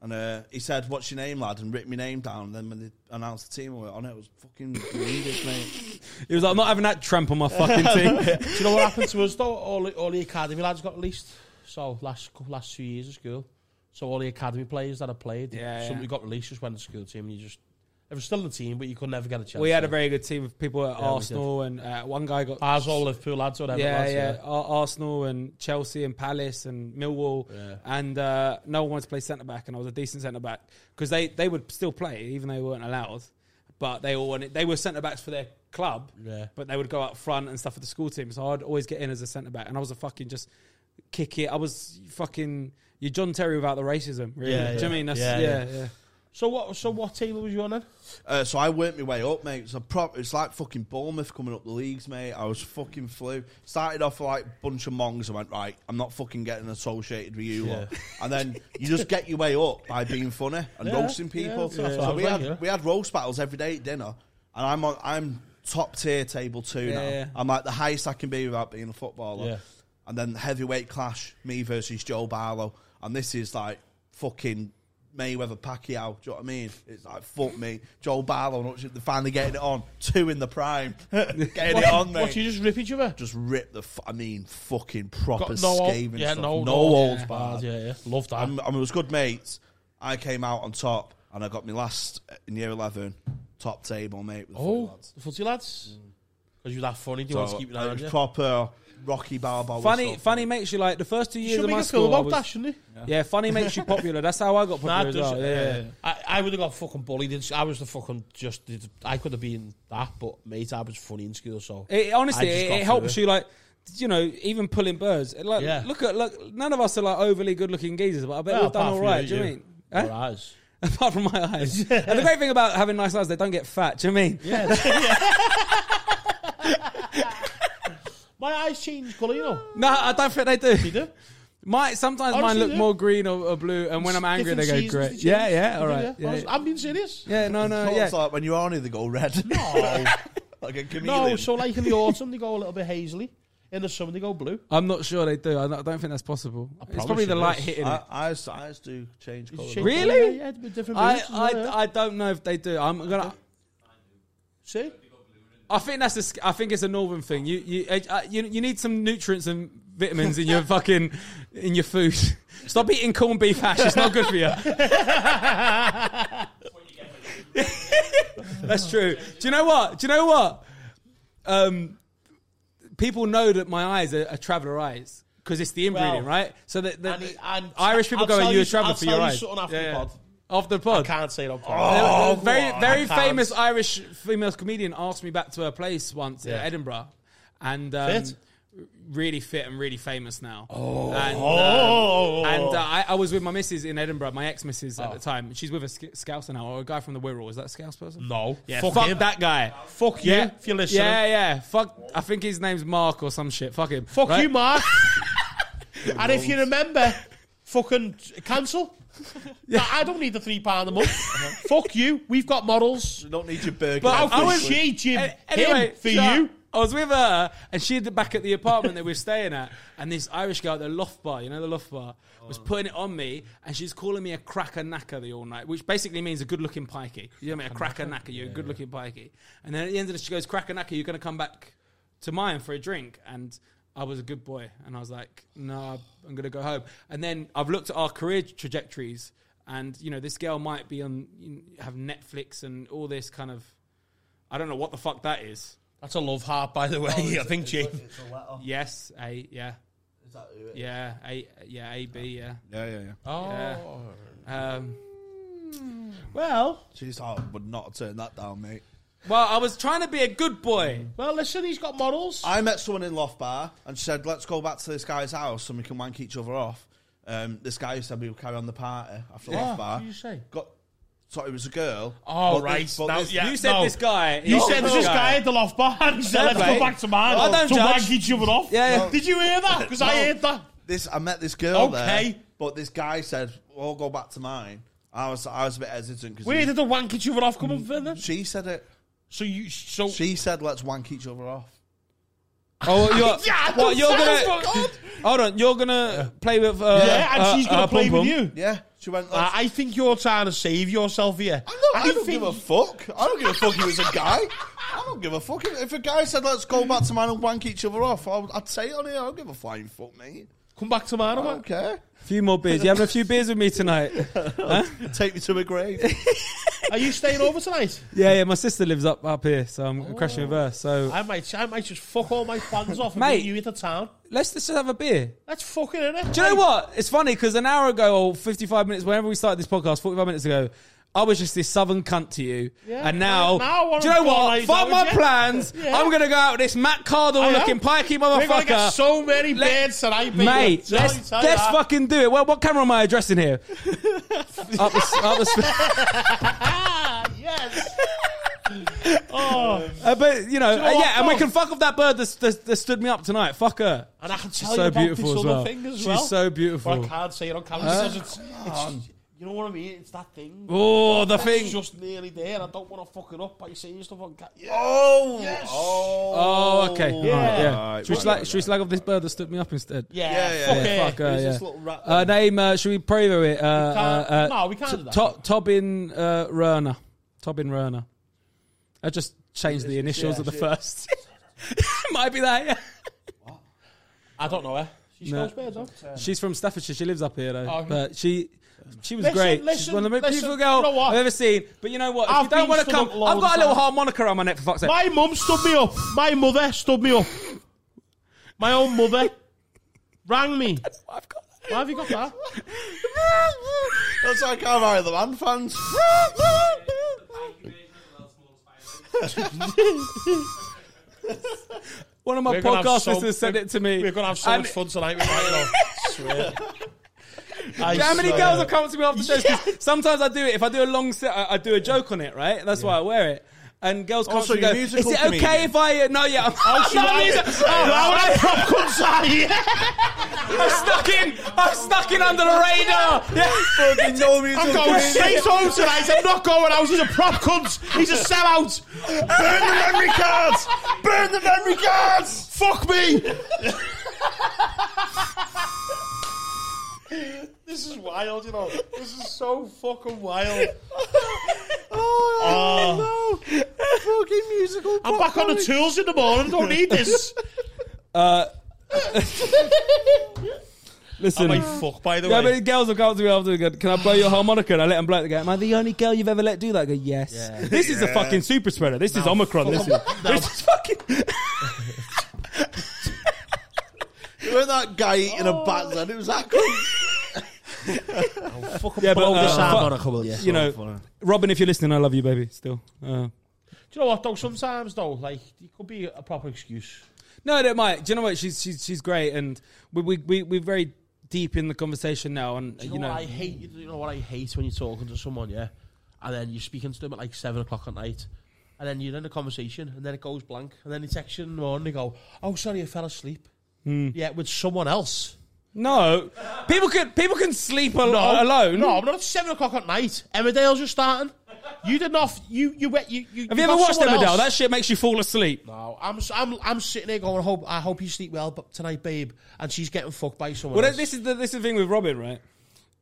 S1: And uh, he said, "What's your name, lad?" And wrote my name down. And then when they announced the team, I went on it. It was fucking needed, mate.
S4: He was like, I'm not having that tramp on my fucking team.
S3: Do you know what happened to us though? All, all the academy lads got released. So last cou- last two years of school, so all the academy players that I played,
S4: Yeah,
S3: some
S4: yeah.
S3: who got released just went to school team. And you just they were still in the team, but you could never get a chance.
S4: we had a very good team of people at
S3: we
S4: Arsenal, and uh, one guy got
S3: as all Liverpool lads or whatever.
S4: yeah,
S3: lads,
S4: yeah, Ar- Arsenal and Chelsea and Palace and Millwall,
S3: Yeah.
S4: and uh, no one wanted to play centre back, and I was a decent centre back because they they would still play even though they weren't allowed, but they all wanted they were centre backs for their club,
S3: Yeah.
S4: but they would go up front and stuff with the school team, so I'd always get in as a centre back, and I was a fucking just kick it. I was fucking. You're John Terry without the racism, really.
S3: Yeah,
S4: Do you know what I
S3: yeah.
S4: mean? That's, yeah,
S3: Yeah,
S4: yeah,
S3: yeah. So what? So what table was you on then?
S1: Uh, so I worked my way up, mate. It's a prop. It's like fucking Bournemouth coming up the leagues, mate. I was fucking flu. Started off like bunch of mongs. I went right. I'm not fucking getting associated with you. lot. And then you just get your way up by being funny and
S3: Yeah,
S1: roasting
S3: yeah,
S1: people.
S3: that's what
S1: so
S3: I
S1: we
S3: was
S1: had
S3: like, yeah.
S1: we had roast battles every day at dinner, and I'm on, I'm top tier table two now.
S4: yeah.
S1: I'm like the highest I can be without being a footballer.
S3: Yeah.
S1: And then heavyweight clash, me versus Joe Barlow, and this is like fucking Mayweather Pacquiao. Do you know what I mean? It's like fuck me, Joe Barlow. and Usyk, They're finally getting it on. Two in the prime, (laughs) getting it on, mate.
S3: What? You just rip each other?
S1: just rip the. F- I mean, fucking proper
S3: no hold-
S1: scathing
S3: yeah,
S1: stuff. No,
S3: no, no,
S1: holds
S3: yeah,
S1: barred.
S3: Yeah, yeah. Love that.
S1: And, and we was good mates. I came out on top, and I got my last uh, in year eleven top table, mate. With the
S3: oh,
S1: three lads.
S3: the footy lads. Because you're that funny. Do Mm. you want
S1: So,
S3: to keep it
S1: uh, it
S3: around
S1: was
S3: you?
S1: proper Rocky Balboa.
S4: Funny,
S1: stuff.
S4: funny makes you like the first two years
S3: Should
S4: of
S3: make
S4: my
S3: a
S4: school.
S3: film
S4: I
S3: about
S4: was-
S3: that, shouldn't he?
S4: yeah. funny
S3: (laughs)
S4: makes you popular. That's how I got
S3: Nah,
S4: popular. as
S3: does-
S4: well. Yeah, yeah.
S3: I, I would have got fucking bullied. In, I was the fucking just. I could have been that, but mate, I was funny in school. So
S4: It, honestly,
S3: I just
S4: it,
S3: got
S4: it helps
S3: through
S4: you like. You know, even pulling birds. Like,
S3: Yeah.
S4: look at look. None of us are like overly good-looking geezers, but I bet
S3: Well,
S4: we've done
S3: apart
S4: all
S3: from
S4: right.
S3: you,
S4: Do you,
S3: you.
S4: mean? Huh?
S3: Your eyes.
S4: (laughs) Apart from my
S3: (laughs)
S4: eyes. And the great thing about having nice eyes, they don't get fat. Do you mean? (laughs)
S3: My eyes change colour, you know.
S4: No, I don't think they
S3: You
S4: do.
S3: do.
S4: My sometimes
S3: Honestly,
S4: mine look
S3: yeah.
S4: more green or, or blue, and when I'm angry,
S3: Different
S4: they go
S3: seasons,
S4: grey.
S3: change.
S4: Yeah,
S3: They
S4: yeah,
S3: do,
S4: all right.
S3: Honest-
S4: Yeah, yeah.
S3: I'm being serious.
S4: Yeah, no, no,
S1: Well,
S4: yeah.
S1: It's like when you're horny, they go red.
S3: Uh,
S1: (laughs)
S3: No,
S1: like a chameleon.
S3: no. So like in the autumn, they go a little bit hazily. In the summer, they go blue.
S4: I'm not sure they do. I don't I don't think that's possible. It's
S3: promise
S4: probably
S3: you
S4: the
S3: it
S4: light
S3: is.
S4: hitting it.
S1: I, eyes, eyes do change
S3: It's
S1: colour.
S3: shaped
S4: Really?
S3: like- Yeah, yeah, with different
S4: I,
S3: moods as well, yeah.
S4: I, I don't know if they do. I'm gonna.
S3: see.
S4: I think that's a, sc- I think it's a northern thing. You you uh, uh, you you need some nutrients and vitamins
S3: (laughs)
S4: in your fucking in your food. Stop eating corned beef hash. It's not good for you. (laughs) that's true. Do you know what? Do you know what? Um, people know that my eyes are, are traveller eyes because it's the inbreeding,
S3: Well,
S4: right? So that the,
S3: and it- and-
S4: Irish people
S3: I'll
S4: go,
S3: tell
S4: "You're
S3: you-
S4: a traveller
S3: I'll
S4: for your
S3: tell you
S4: eyes."
S3: something after the pod.
S4: After the
S3: I
S4: pod.
S3: can't say it on
S4: There-
S3: pod.
S4: a very very
S3: Oh, I can't.
S4: famous Irish female comedian asked me back to her place once in
S3: Yeah.
S4: Edinburgh, and um,
S3: Fit?
S4: really fit and really famous now. Oh, and,
S3: Oh.
S4: um, and uh, I, I was with my missus in Edinburgh, my ex missus
S3: Oh.
S4: at the time. She's with a sc- Scouser now, or a guy from the Wirral. Is that a Scouse person?
S3: No.
S4: Yeah, fuck,
S3: Fuck him.
S4: that guy.
S3: Fuck you, if you're listening.
S4: Yeah, yeah. Fuck. I think his name's Mark or some shit. Fuck him.
S3: Fuck
S4: right?
S3: you,
S4: (laughs)
S3: Mark. and if you remember, fucking cancel. Nah, I don't need the three pound a month. Fuck you. We've got models.
S1: You don't need your burger.
S4: But
S1: every
S4: I was-
S1: week.
S3: She Jim
S4: A-
S3: him for
S4: so
S3: you.
S4: I was with her, and she had back at the apartment that we were staying at, and this Irish girl at the loft bar, you know, the loft bar, was
S3: Oh.
S4: putting it on me, and she's calling me a cracker knacker the all night, which basically means a good looking pikey. You know what I mean? A cracker knacker, you're a good looking pikey. And then at the end of this, she goes, cracker knacker, you're going to come back to mine for a drink. And I was a good boy, and I was like, no, I'm going to go home. And then I've looked at our career trajectories. And you know this girl might be on have Netflix and all this kind of I don't know what the fuck that is.
S3: That's a love heart, by the way. (laughs) I think Jim.
S5: It's a letter.
S4: Yes, A, yeah, yeah, A, yeah, A, B, yeah.
S1: Yeah, yeah, yeah.
S3: Oh.
S4: Um,
S3: Well,
S1: Jeez, I oh, would not turn that down, mate.
S4: well, I was trying to be a good boy.
S3: well, listen, he's got models.
S1: I met someone in Loft Bar and she said, let's go back to this guy's house and we can wank each other off. Um, this guy who said we would carry on the party after Loft Bar.
S3: what did you say?
S1: Got, sorry, it was a girl.
S3: Oh,
S1: But
S3: right.
S1: this- but
S3: Now-
S1: this-
S3: yeah,
S4: you said
S3: no.
S4: this guy.
S3: You
S4: No,
S3: said there's this guy at the loft bar (laughs) and said, let's
S4: right.
S3: go back to mine.
S4: I don't
S3: to
S4: judge.
S3: wank each other off.
S4: Yeah, yeah.
S3: Did you hear that? Because I
S1: No.
S3: heard that.
S1: this I met this girl
S3: Okay.
S1: there, but this guy said, "Well, I'll go back to mine." I was I was a bit hesitant
S3: Where
S1: because
S3: did the wank each other off come from then?
S1: she said it.
S3: So you, so
S1: She said, "Let's wank each other off."
S4: Oh, you're,
S3: Yeah,
S4: what, you're
S3: that's
S4: gonna.
S3: what-
S4: Hold on, you're gonna play with. Uh,
S3: yeah, and
S4: uh,
S3: she's gonna
S4: uh,
S3: play with
S4: Pom-Pom.
S3: you.
S1: Yeah, she went.
S3: Uh,
S1: Let's,
S3: I think you're trying to save yourself here.
S1: I don't, I don't give a fuck. I don't give a fuck if it's a guy. I don't give a fuck if, if a guy said, "Let's go back to mine and wank each other off." I would, I'd say it on here. I don't give a flying fuck, mate.
S3: Come back tomorrow,
S1: I
S3: (laughs)
S1: don't
S3: man.
S1: care.
S4: A few more beers. You having a few beers with me
S3: (laughs)
S4: tonight?
S1: Take me to a grave.
S3: Are you staying over tonight?
S4: yeah, yeah. My sister lives up up here, so I'm crashing with her. So
S3: Oh. I might, I might just fuck all my plans off and
S4: Mate.
S3: bring you into town.
S4: let's just have a beer.
S3: That's fucking in it.
S4: Do you know what? It's funny because an hour ago or 55 minutes, whenever we started this podcast, 45 minutes ago, I was just this southern cunt to you,
S3: Yeah,
S4: and now,
S3: now I wanna
S4: do you know
S3: go
S4: what?
S3: like
S4: Fuck
S3: that,
S4: my
S3: yeah.
S4: plans.
S3: (laughs) Yeah.
S4: I'm gonna go out with this Matt Cardle
S3: I know.
S4: looking pikey
S3: We're gonna get
S4: motherfucker.
S3: so many
S4: Let-
S3: birds tonight, people.
S4: Mate,
S3: Tell you-
S4: let's,
S3: tell you
S4: let's
S3: that.
S4: fucking do it. Well, what camera am I addressing
S3: (laughs)
S4: here? up the, s- up the, s- (laughs)
S3: Ah, yes. (laughs) oh,
S4: Uh, but you know,
S3: you know
S4: uh,
S3: what,
S4: yeah, and we
S3: Paul?
S4: can fuck off that bird that, that, that stood me up tonight. Fuck her.
S3: and I can tell
S4: She's
S3: you
S4: so
S3: about
S4: beautiful
S3: this
S4: as
S3: other
S4: well.
S3: thing as
S4: She's
S3: well.
S4: so
S3: but I
S4: beautiful.
S3: can't say it on camera because it's, it's you know what I mean. It's that thing.
S4: Oh, the
S3: It's
S4: thing.
S3: just nearly there. I don't want to fuck it up by saying stuff on camera.
S1: Oh,
S3: Yes.
S1: oh,
S4: Oh, okay.
S3: Yeah.
S4: Alright,
S1: Right,
S4: Should we
S1: right,
S4: slag,
S1: right,
S4: should we slag off this bird that stood me up instead?
S3: Yeah,
S1: Yeah, yeah,
S3: fuck
S1: yeah.
S3: it.
S4: Fuck her,
S1: Who's
S4: yeah.
S1: this little rat
S4: Uh,
S1: then?
S4: name, uh, should we preview it? Uh, uh, uh,
S3: Can't- no, we can't do that.
S4: To- Tobin uh, Rerner. Tobin Rerner. I just changed the initials of the first. (laughs) Might be that, yeah.
S3: I don't know her. She
S4: No.
S3: smells bad, though.
S4: She's from Staffordshire. She lives up here though.
S3: Oh, okay.
S4: But she she was
S3: Listen,
S4: great. She's
S3: listen,
S4: one of the most
S3: listen,
S4: beautiful
S3: you know
S4: girls
S3: what?
S4: I've ever seen. But you know what? If
S3: I've
S4: you don't
S3: been
S4: want to
S3: stood
S4: come,
S3: up loads
S4: I've got a
S3: of
S4: little
S3: times.
S4: harmonica on my neck for fuck's sake.
S3: My mum stood me up. My mother stood me up. My own mother rang me.
S4: I've got
S3: Why have you got that?
S1: That's like our Isle of Man
S3: (laughs)
S1: fans.
S4: one of my
S3: We're gonna have
S4: podcast
S3: so-
S4: listeners sent it to me.
S3: We're gonna have so
S4: And
S3: much fun tonight. We might not.
S4: (laughs)
S3: Swear. I
S4: how many
S3: swear.
S4: girls have come up to me after shows? 'Cause Sometimes I do it. If I do a long set, I, I do a joke on it, right? That's why I wear it. And girls come up
S1: Also,
S4: to me
S1: you're a
S4: and go, Is
S1: musical
S4: it okay
S1: comedian." Oh,
S4: if I. uh, No, yeah. I'm, (laughs)
S3: she
S4: not a
S3: might-
S4: music-
S3: How many prop cunts are you?
S4: I'm stuck in. I'm stuck in under the
S1: (laughs)
S4: radar. Yeah.
S1: Fucking no music.
S3: I'm going straight home tonight. I'm not going out. He's a prop cunt. He's a sellout.
S1: Burn the memory cards! Burn the memory cards!
S3: Fuck me. this is wild, you know. This is so fucking wild.
S1: Oh, no. Fucking musical.
S3: Ah. I'm back on the tools in the morning. Don't need (laughs) this.
S4: Listen.
S3: fuck, by the
S4: Yeah, but girls will come up to me after the game. Can I blow your harmonica? And I let them blow it. They go, Am I the only girl you've ever let do that? I go, Yes. This is a fucking super spreader. This is Omicron.
S3: (laughs)
S4: This is, this is fucking.
S1: You were that guy eating
S3: Oh.
S1: a bat then. It was that cunt.
S4: Yeah, but, uh,
S5: Sound
S4: fuck-
S5: on a couple of
S4: you know, Robin, if you're listening, I love you, baby. Still. Uh,
S3: Do you know what though? Sometimes though, like it could be a proper excuse.
S4: no, no, Mike. Do you know what? She's she's she's great, and we we we we're very deep in the conversation now, and
S3: You know,
S4: you know.
S3: what I hate. You know what I hate when you're talking to someone, yeah, and then you're speaking to them at like seven o'clock at night, and then you're in a conversation, and then it goes blank, and then they text you in the morning, they go, "Oh, sorry, I fell asleep."
S4: Hmm.
S3: Yeah, with someone else.
S4: no, people can people can sleep al-
S3: No,
S4: alone.
S3: Oh, No, I'm not at seven o'clock at night. Emmerdale's just starting. You did not. You you wet. You, you
S4: Have you ever
S3: got
S4: watched
S3: someone
S4: Emmerdale?
S3: else.
S4: That shit makes you fall asleep.
S3: No, I'm s- I'm I'm sitting there going, hope I hope you sleep well, but tonight, babe, and she's getting fucked by someone.
S4: Well,
S3: else.
S4: this (laughs) is the this is the thing with Robin, right?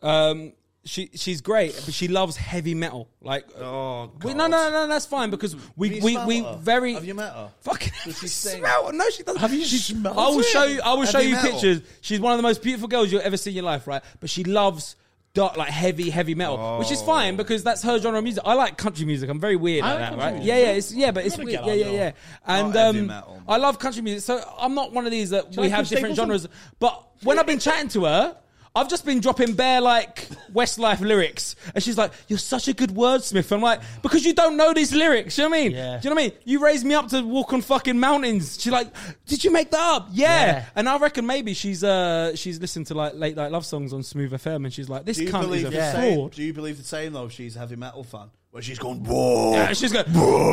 S4: Um, she she's great, but she loves heavy metal. Like,
S1: Oh,
S4: we, no, no, no, that's fine because we
S1: you
S4: we,
S1: smell
S4: we
S1: her?
S4: very
S1: Have you met her?
S4: fucking
S1: Does
S4: (laughs)
S1: she sing?
S4: smell. No, she doesn't.
S3: Have you smelled
S4: I will
S3: it?
S4: show you. I will show
S1: Heavy
S4: you
S1: metal.
S4: pictures. She's one of the most beautiful girls you'll ever see in your life, right? But she loves. Dark, like heavy, heavy metal, which is fine because that's her genre of music. I like country music. I'm very weird
S3: Oh. I like
S4: like that,
S3: country
S4: right?
S3: music.
S4: Yeah, yeah, it's, yeah, but it's
S3: gotta
S4: weird.
S3: get
S4: Yeah,
S3: on
S4: yeah,
S3: your-
S4: yeah. And
S1: heavy
S4: um,
S1: metal.
S4: I love country music, so I'm not one of these that we
S3: like
S4: have
S3: Chris
S4: different
S3: Stapleton?
S4: genres. But when I've been chatting to her, I've just been dropping bare like Westlife lyrics, and she's like, "You're such a good wordsmith." I'm like, "Because you don't know these lyrics." You know what I mean?
S3: Yeah.
S4: Do you know what I mean? You raised me up to walk on fucking mountains. She's like, "Did you make that up?" Yeah.
S3: Yeah.
S4: And I reckon maybe she's uh she's listened to like late night love songs on Smooth FM, and she's like, "This
S1: Do you,
S4: cunt is a
S1: believe the same,
S4: fraud."
S1: do you believe the same, though? She's a heavy metal fan. Where she's going, whoa.
S4: And she's going,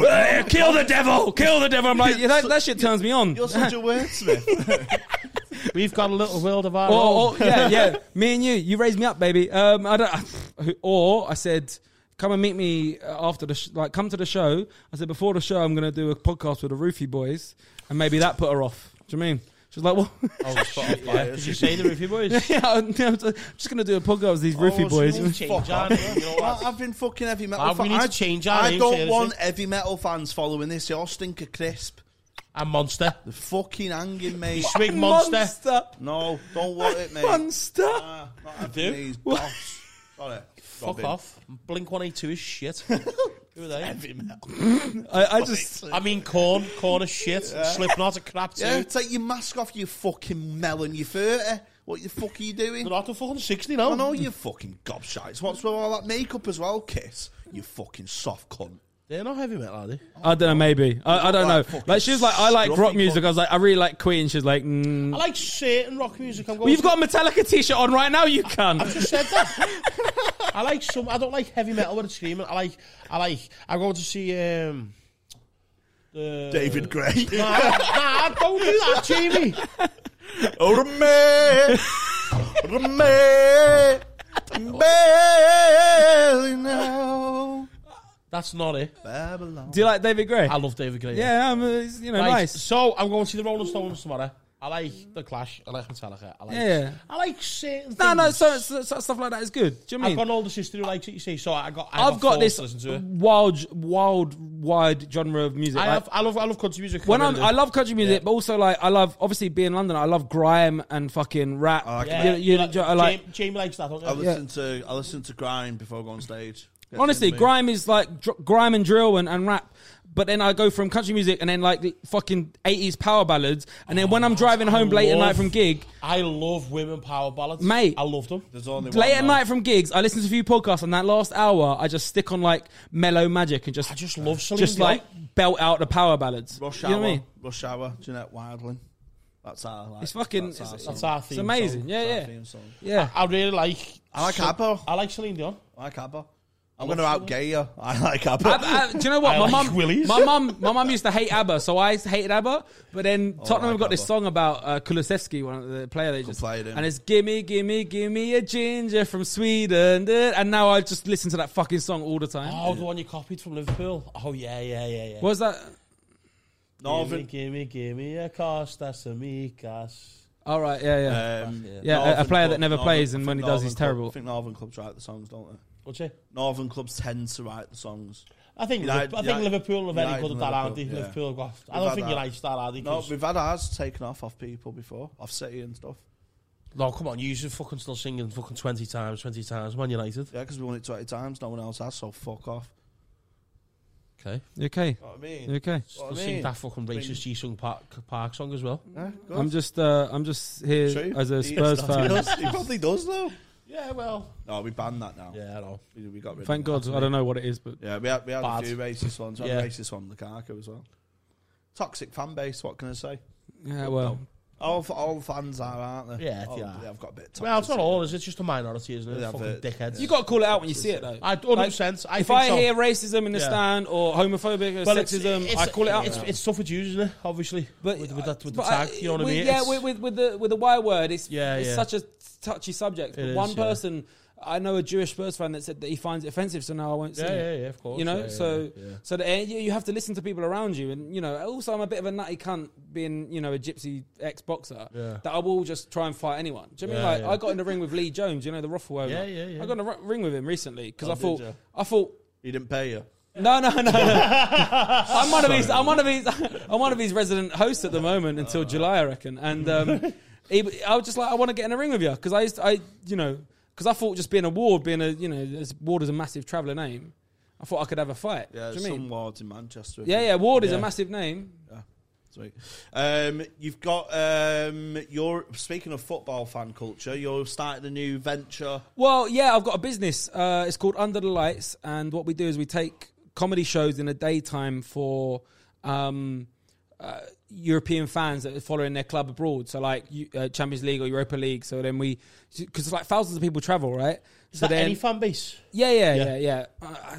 S4: "Eh, "Kill the devil, kill the devil."
S1: (laughs)
S4: I'm like, yeah, that, that shit turns me on.
S1: You're such a
S4: (laughs)
S1: wordsmith.
S3: We've got a little world of our own.
S4: Or, or Oh, (laughs) yeah, yeah, me and you, you raised me up, baby. Um, I don't. (laughs) Or I said, come and meet me after the sh- like, come to the show. I said before the show, I'm gonna do a podcast with the Roofie boys, and maybe that put her off. Do you mean? She was like, well, (laughs)
S3: Oh, shit, yeah. Did you say the Roofie Boys?
S4: yeah, I'm (laughs) just gonna do a podcast with these
S3: Oh,
S1: so
S4: Roofie boys. (laughs)
S1: you-
S3: Change our name, you know
S1: I-
S3: what?
S1: I've been fucking heavy metal
S3: Ah, we
S1: fan-
S3: need to
S1: I,
S3: change our
S1: I
S3: name,
S1: don't
S3: seriously.
S1: want heavy metal fans following this. You're stinker crisp.
S3: And Monster.
S1: They're fucking hanging,
S3: (laughs)
S1: mate.
S3: Swig Monster.
S1: No, don't want it, mate.
S4: monster.
S1: Ah, not having
S3: do?
S1: these
S3: (laughs)
S1: boss. Got it.
S3: Fuck
S1: Robin.
S3: off. Blink 182 is shit. Who are they?
S1: Heavy metal.
S4: I, I just.
S3: I mean, Corn. Corn is shit. Slipknot are crap too.
S1: Yeah, take your mask off, you fucking melon, you 30. What the fuck are you doing?
S3: They're out of fucking 60 now.
S1: I know you fucking gobshites. What's with all that makeup as well, Kiss? You fucking soft cunt.
S3: They're not heavy metal, are they?
S4: I don't know. Maybe I, I don't
S1: Like
S4: know.
S1: fucking
S4: Like she was like, I like rock
S1: scruffy
S4: music.
S1: cunt.
S4: I was like, I really like Queen. She's like, mm.
S3: I like certain rock music. I'm going
S4: well, you've
S3: for-
S4: got a Metallica t-shirt on right now. You can.
S3: I just said that. I like some. I don't like heavy metal with it's screaming. I like. I like. I go to see. Um, the
S1: (laughs) David Gray.
S3: Nah, nah, don't do that, Jamie.
S1: Oh, (laughs) Remain, remain, barely now.
S3: That's not it.
S1: Babylon.
S4: (laughs) Do you like David Gray?
S3: I love David Gray.
S4: yeah, um, it's, you know,
S3: Right,
S4: nice.
S3: So I'm going to see the Rolling Stones tomorrow. I like the Clash. I like Metallica. I like.
S4: Yeah, yeah.
S3: I like certain.
S4: No, no,
S3: things.
S4: so, so, so stuff like that is good. Do you know what
S3: I've
S4: I mean?
S3: got an older sister who likes it. You see, so I got. I
S4: I've
S3: forced
S4: got this
S3: to Listen to it.
S4: wild, wild, wide genre of music.
S3: I,
S4: Like,
S3: have, I love. I love country music.
S4: when
S3: really
S4: I'm,
S3: do.
S4: I love country music, but also like I love obviously being in London. I love grime and fucking rap.
S3: Yeah,
S4: You- you-
S3: like,
S4: I like
S3: Jamie, Jamie likes that. Don't you?
S1: I listen to I listen to Grime before I go on stage. Gets
S4: honestly,
S1: into me.
S4: grime is like dr- grime and drill and, and rap. But then I go from country music and then like the fucking eighties power ballads, and then when
S3: Oh,
S4: I'm driving home late at
S3: love-
S4: night from gig,
S3: I love women power ballads,
S4: Mate.
S3: I love them.
S1: There's only one
S4: late at
S1: man.
S4: night from gigs, I listen to a few podcasts, and that last hour I just stick on like mellow magic and just
S3: I just love Celine
S4: just
S3: Dion.
S4: like belt out the power ballads.
S1: Rush
S4: you
S1: hour.
S4: know what I mean?
S1: Rush hour. Jeanette Wildling. That's our. Like,
S4: It's fucking-
S1: That's our.
S4: it's-
S1: song.
S3: That's our
S4: It's
S3: theme
S4: amazing.
S3: song.
S4: Yeah,
S1: That's our
S4: yeah,
S1: theme song.
S4: yeah.
S3: I really like.
S1: I like Abba.
S3: I like Celine Dion.
S1: I like Abba. I'm gonna outgay you. I like Abba.
S4: I, I, do you know
S3: (laughs)
S4: what
S3: I
S4: my
S3: like
S4: mum?
S3: Willies.
S4: My mum, my mum used to hate ABBA, so I hated ABBA. But then Tottenham
S1: like
S4: have got this
S1: ABBA.
S4: song about uh, Kulusevski, one of the player they just
S1: played him.
S4: and it's gimme, gimme, gimme a ginger from Sweden, duh." and now I just listen to that fucking song all the time.
S3: Oh, the one you copied from Liverpool. Oh yeah, yeah, yeah, yeah.
S4: What was that?
S1: Northern.
S3: Give me, give me a Costas Amicas.
S4: All right, yeah, yeah,
S1: Um,
S4: yeah. a- A,
S1: Northern
S4: player
S1: Club-
S4: that never
S1: Northern-
S4: plays,
S1: I
S4: and
S1: think
S4: when he does,
S1: Northern
S4: he's
S1: Club-
S4: terrible.
S1: I think Northern clubs write the songs, don't they?
S3: What's it?
S1: Northern clubs tend to write the songs.
S3: I think
S1: United-
S3: Liv- I think
S1: United-
S3: Liverpool are very
S1: United
S3: good at
S1: and
S3: that, aren't they?
S1: Liverpool, yeah.
S3: Liverpool got. I
S1: We've
S3: don't
S1: had
S3: think
S1: that.
S3: you like that, are they?
S1: No,
S3: 'Cause-
S1: we've had ours taken off off people before, off City and stuff.
S3: no, come on, you should fucking still singing fucking twenty times, twenty times. Man United.
S1: Yeah, because we won it 20 times. No one else has, so fuck off.
S3: Okay,
S4: You okay,
S1: Know what I mean?
S4: You okay.
S1: What I
S3: still
S1: mean?
S3: sing that fucking
S1: Bring-
S3: racist Ji Sung Park, Park song as well.
S1: Yeah, go on.
S4: I'm just, uh, I'm just here
S1: True.
S4: as
S1: He
S4: a
S1: is-
S4: Spurs
S1: he
S4: fan.
S1: does- (laughs) He probably does, though.
S3: Yeah, well,
S1: No, we banned that now.
S3: yeah, I know.
S1: We, we got rid
S4: Thank
S1: of
S4: God, I don't know what it is, but
S1: that. Yeah, we had, we had a
S3: Bad.
S1: few racist ones. We had
S3: Yeah.
S1: a racist one, Lukaku as well. Toxic fan base, what can I say?
S4: yeah, Uh, well,
S1: All, f- all fans are, aren't they?
S3: Yeah,
S1: all,
S3: they are.
S1: I've got a bit of
S3: Well, it's not
S1: toxicity.
S3: all, is it? It's just a minority, isn't it?
S1: Yeah,
S3: fucking
S1: but-
S3: dickheads.
S4: you got to call it out when you see it, though.
S3: I 100. percent I
S4: if
S3: think
S4: I
S3: so.
S4: hear racism in the
S3: Yeah.
S4: stand or homophobic or sexism,
S3: it's,
S4: I call it out.
S3: It's,
S4: now.
S3: it's tough with you, isn't it? Obviously, with, with that with the
S4: but I-
S3: tag, you know what I
S4: with-
S3: mean?
S4: Yeah,
S3: It's-
S4: with, with, with the with the Y word, it's
S3: Yeah,
S4: it's
S3: yeah.
S4: such a touchy subject. But
S3: is,
S4: one
S3: yeah.
S4: person I know a Jewish Spurs fan that said that he finds it offensive, so now I won't say
S3: yeah,
S4: it.
S3: yeah, yeah, of course.
S4: You know,
S3: yeah, yeah,
S4: so
S3: yeah.
S4: so that, eh, you, you have to listen to people around you, and you know. Also, I'm a bit of a nutty cunt, being you know a gypsy ex boxer.
S3: Yeah.
S4: That I will just try and fight anyone. Do you know what I mean
S3: Yeah,
S4: like
S3: yeah.
S4: I got in the ring with Lee Jones? You know the Ruffle owner.
S3: Yeah, Oh, yeah, yeah.
S4: I got in the ru- ring with him recently because I
S1: did
S4: thought
S1: ya?
S4: I thought
S1: He didn't pay you.
S4: no, no, no, no. I'm one of his. I'm one of his. I'm one of his resident hosts at the moment until July, I reckon. And um, he, I was just like, I want to get in a ring with you because I used, to, I, you know, because I thought just being a ward, being a, you know, as ward is a massive traveller name. I thought I could have a fight.
S1: Yeah,
S4: Do you
S1: some
S4: mean?
S1: wards in Manchester.
S4: Yeah, yeah. Ward is
S3: Yeah.
S4: a massive name.
S1: Sweet. Um, you've got um, your speaking of football fan culture. You're starting a new venture.
S4: Well, yeah, I've got a business. Uh, it's called Under the Lights, and what we do is we take comedy shows in the daytime for um, uh, European fans that are following their club abroad. So, like you- uh, Champions League or Europa League. So then we, because like thousands of people travel, right?
S3: Is
S4: so
S3: that any fan base?
S4: yeah, yeah,
S3: Yeah.
S4: yeah, yeah. I, I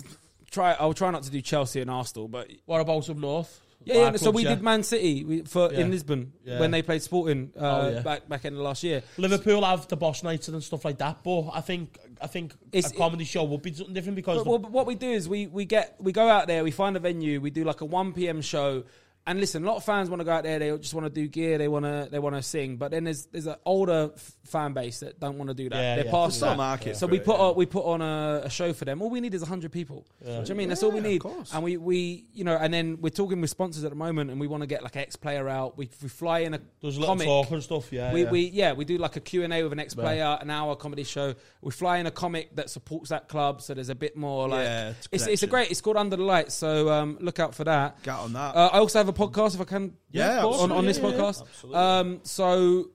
S4: try. I'll try not to do Chelsea and Arsenal, but
S3: What about up north?
S4: yeah,
S3: Bar
S4: yeah. So
S3: clubs,
S4: we did Man City we, for
S3: Yeah.
S4: in Lisbon
S3: Yeah.
S4: when they played Sporting uh,
S3: Oh, yeah.
S4: back back end of last year.
S3: Liverpool have the boss nights and stuff like that, but I think I think
S4: It's-
S3: a comedy show would be something different because
S4: But, well, but what we do is we, we get we go out there, we find a venue, we do like a one p.m. show. And listen, a lot of fans want to go out there. They just want to do gear. They want to they want to sing. But then there's there's an older f- fan base that don't want to do that.
S3: Yeah,
S4: They're
S3: yeah.
S4: past
S1: Still
S4: that.
S1: market
S4: So
S1: for
S4: we
S1: it,
S4: put
S1: yeah.
S4: a, we put on a, a show for them. All we need is hundred people. Do you know what I mean? That's all we
S1: Yeah, of
S4: need.
S1: course.
S4: And we, we you know, and then we're talking with sponsors at the moment, and we want to get like an ex player out. We, we fly in a
S3: there's a lot
S4: comic.
S3: of talk and stuff. Yeah,
S4: We,
S3: yeah.
S4: we yeah we do like a Q&A with an ex-player an hour comedy show we fly in a comic that supports that club so there's a bit more like
S1: Yeah, it's
S4: it's, it's, a
S1: connection.
S4: great it's called Under the Lights so um, look out for that
S1: Get on that.
S4: uh, I also have a podcast if I can
S1: Yeah,
S4: on,
S1: absolutely,
S4: on this
S1: yeah, yeah,
S4: podcast um, so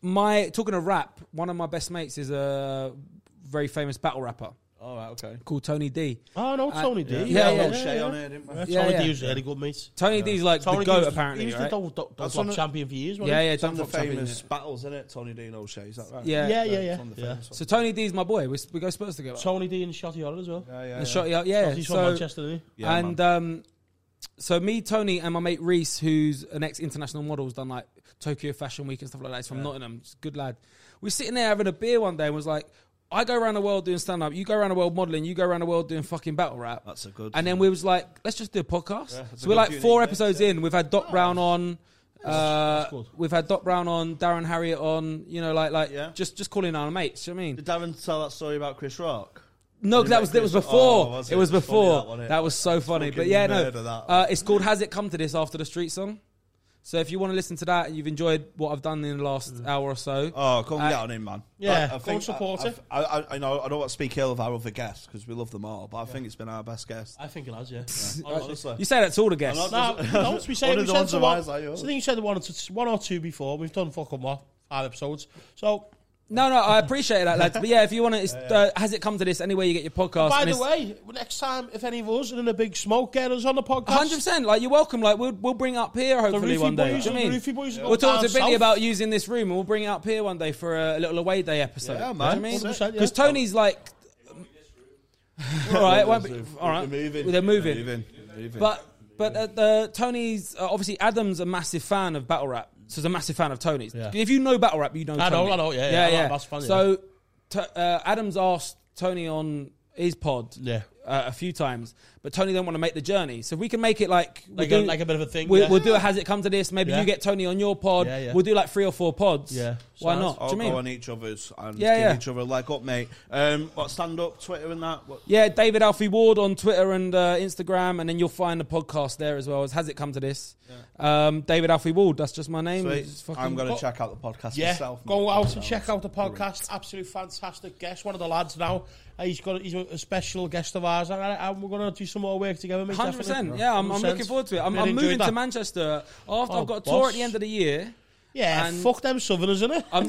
S4: my talking of rap, one of my best mates is a very famous battle rapper
S3: All right, okay.
S4: called Tony D.
S3: Oh, no, Tony D.
S4: Yeah,
S1: Yeah,
S4: yeah,
S1: yeah, Shay on here, didn't we?
S4: Yeah,
S3: Tony
S4: yeah.
S3: D was really good, mate.
S4: Tony D's like
S3: Tony
S4: the
S3: D
S4: goat,
S3: was-
S4: apparently.
S3: He was
S4: right?
S3: the double, double,
S1: That's
S3: double
S1: on the-
S3: champion for years, wasn't
S4: yeah, yeah,
S1: It's on
S4: don't
S1: the
S4: fuck something,
S1: famous
S4: yeah.
S1: battles, isn't it? Tony Dean O'Shea, is that right?
S4: Yeah.
S3: Yeah, yeah,
S1: it's
S3: yeah.
S1: on the
S3: Yeah.
S1: famous one.
S4: So Tony D's my boy. We, we go Spurs together.
S3: he? Tony D and Shotty Horror as well.
S1: Yeah, yeah,
S4: and
S1: yeah.
S4: shot, yeah, yeah.
S3: Shotty's from
S4: So,
S3: Manchester, isn't he?
S1: Yeah,
S4: and um, so me, Tony, and my mate Reese, who's an ex-international model, has done like Tokyo Fashion Week and stuff like that. He's from Nottingham. He's a good lad. We were sitting there having a beer one day and was like, I go around the world doing stand-up. You go around the world modeling. You go around the world doing fucking battle rap.
S1: That's a good.
S4: And then we was like, let's just do a podcast.
S1: that's Uh, a
S4: so we're
S1: good
S4: like
S1: unique
S4: four
S1: mix,
S4: episodes in. We've had Dot Brown on. Uh,
S3: good.
S4: we've had Dot Brown on, Darren Harriet on. You know, like like
S1: Yeah.
S4: just just calling our mates. You know what I mean,
S1: Did Darren tell that story about Chris Rock?
S4: no,
S1: Did
S4: that
S1: it
S4: was
S1: make
S4: that was
S1: Chris-
S4: before.
S1: Oh, was
S4: it?
S1: it?
S4: was
S1: It's funny,
S4: before.
S1: that one,
S4: that,
S1: innit?
S4: was so funny. But
S1: Fucking
S4: yeah, no,
S1: murder that.
S4: uh, it's called "Has It Come to This?" After the street song. So if you want to listen to that and you've enjoyed what I've done in the last hour or so,
S1: Mm. Oh, come
S4: Uh,
S1: get on in, man.
S3: yeah,
S1: I, I
S3: go support
S1: I,
S3: it.
S1: I, I, I know. I don't want to speak ill of our other guests because we love them all, but I think it's been our best guest.
S3: I think it (laughs) has, yeah. Honestly.
S4: Uh, you say that to all the guests. (laughs)
S3: No, don't be saying
S1: One
S3: we
S1: of the
S3: said
S1: ones
S3: the
S1: of
S3: one.
S1: ours, like
S3: So I
S1: yours.
S3: think you said the one or, two, one or two before. We've done fucking what five episodes. So
S4: No, no, I appreciate that, lads. But yeah, if you want
S1: (laughs)
S4: to, it's, uh, has it come to this? Anywhere you get your podcast.
S3: by
S4: and
S3: the
S4: it's-
S3: way, next time if any of us are in a big smoke, get us on the podcast.
S4: hundred percent. Like you're welcome. Like we'll we'll bring it up here
S3: The
S4: hopefully
S3: roofie
S4: one day.
S3: boys,
S4: Do you know
S3: the
S4: what I
S3: roofie
S4: mean?
S3: boys.
S4: We'll talk to Billy about using this room, and we'll bring it up here one day for a little away day episode.
S1: Yeah,
S4: Do you know
S1: man.
S4: what I mean,
S3: 100%, yeah.
S4: because Tony's like,
S3: (laughs)
S4: all right, it won't be, all right,
S1: They're moving.
S4: They're moving.
S1: They're moving.
S4: But but uh, the Tony's uh, obviously Adam's a massive fan of battle rap, so he's a massive fan of Tony's.
S3: Yeah.
S4: If you know battle rap, you know.
S3: I know,
S4: Tony.
S3: I know, yeah, yeah, I know, that's funny,
S4: So to- uh, Adam's asked Tony on his pod
S3: Yeah.
S4: uh, a few times, but Tony don't want to make the journey. So if we can make it like we
S3: Like a- like a bit of a thing,
S4: We,
S3: yeah.
S4: We'll do a has it come to this? Maybe
S3: Yeah.
S4: you get Tony on your pod.
S3: Yeah, yeah.
S4: We'll do like three or four pods.
S3: Yeah.
S4: why
S3: Sounds-
S4: not?
S1: All
S4: do you
S1: go
S4: mean?
S1: on each other's and
S4: Yeah,
S1: give
S4: yeah.
S1: each other a leg up, mate. Um, what stand up, Twitter, and that. What,
S4: Yeah, David Alfie Ward on Twitter and uh, Instagram, and then you'll find the podcast there as well. As has it come to this? Um, David Alfie Ward. That's just my name.
S1: sweet.
S4: It's fucking-
S1: I'm going to
S3: Go-
S1: check out the podcast
S3: Yeah,
S1: myself.
S3: go
S1: mate.
S3: out and check out the podcast. Absolute fantastic guest, one of the lads now. Uh, He's got he's a special guest of ours, and, uh, and we're going to do some more work together. mate,
S4: Hundred
S3: definitely.
S4: percent. Yeah, I'm, I'm
S3: 100%.
S4: looking forward to it. I'm,
S3: Really
S4: I'm moving
S3: enjoyed that.
S4: to Manchester after
S3: Oh,
S4: I've got a tour
S3: boss.
S4: at the end of the year.
S3: Yeah,
S4: and-
S3: fuck them southerners, innit?
S4: I'm,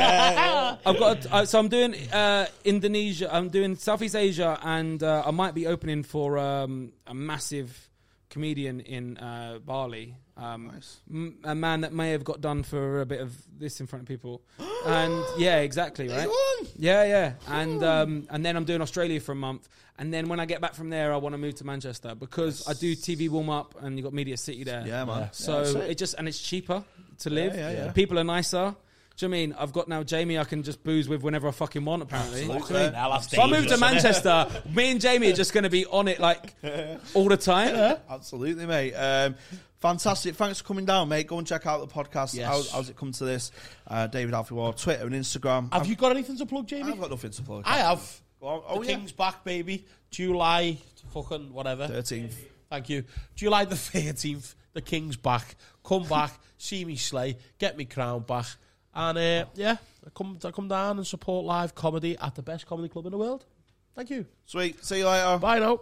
S4: I've got a, uh, so I'm (laughs) doing uh, Indonesia. I'm doing Southeast Asia, and uh, I might be opening for um, a massive comedian in uh, Bali. Um, m- a man that may have got done for a bit of this in front of people, (gasps) and yeah, exactly right. Yeah, yeah, and um, and then I'm doing Australia for a month, and then when I get back from there, I want to move to Manchester because I do TV warm up, and you have got Media City there.
S1: Yeah, man.
S4: So
S1: Yeah,
S4: it. just and it's cheaper to live.
S1: yeah, yeah.
S4: The People are nicer. Do you know what I mean I've got now Jamie? I can just booze with whenever I fucking want. Apparently,
S1: Absolutely.
S4: if I move to Manchester, me and Jamie are just going to be on it like all the time.
S1: Absolutely, mate. Um, fantastic. Thanks for coming down, mate. Go and check out the podcast.
S3: Yes.
S1: How's, how's it come to this? Uh, David Alfie Ward, Twitter and Instagram.
S3: Have
S1: I've,
S3: you got anything to plug, Jamie?
S1: I've got nothing to plug.
S3: I have.
S1: Go on. Oh,
S3: the
S1: yeah.
S3: King's back, baby. July fucking whatever.
S1: 13th.
S3: Thank you. July the (laughs) 13th, the King's back. Come back, (laughs) see me slay, get me crown back. And uh, yeah, I come, I come down and support live comedy at the best comedy club in the world. Thank you.
S1: Sweet. See you later.
S3: Bye now.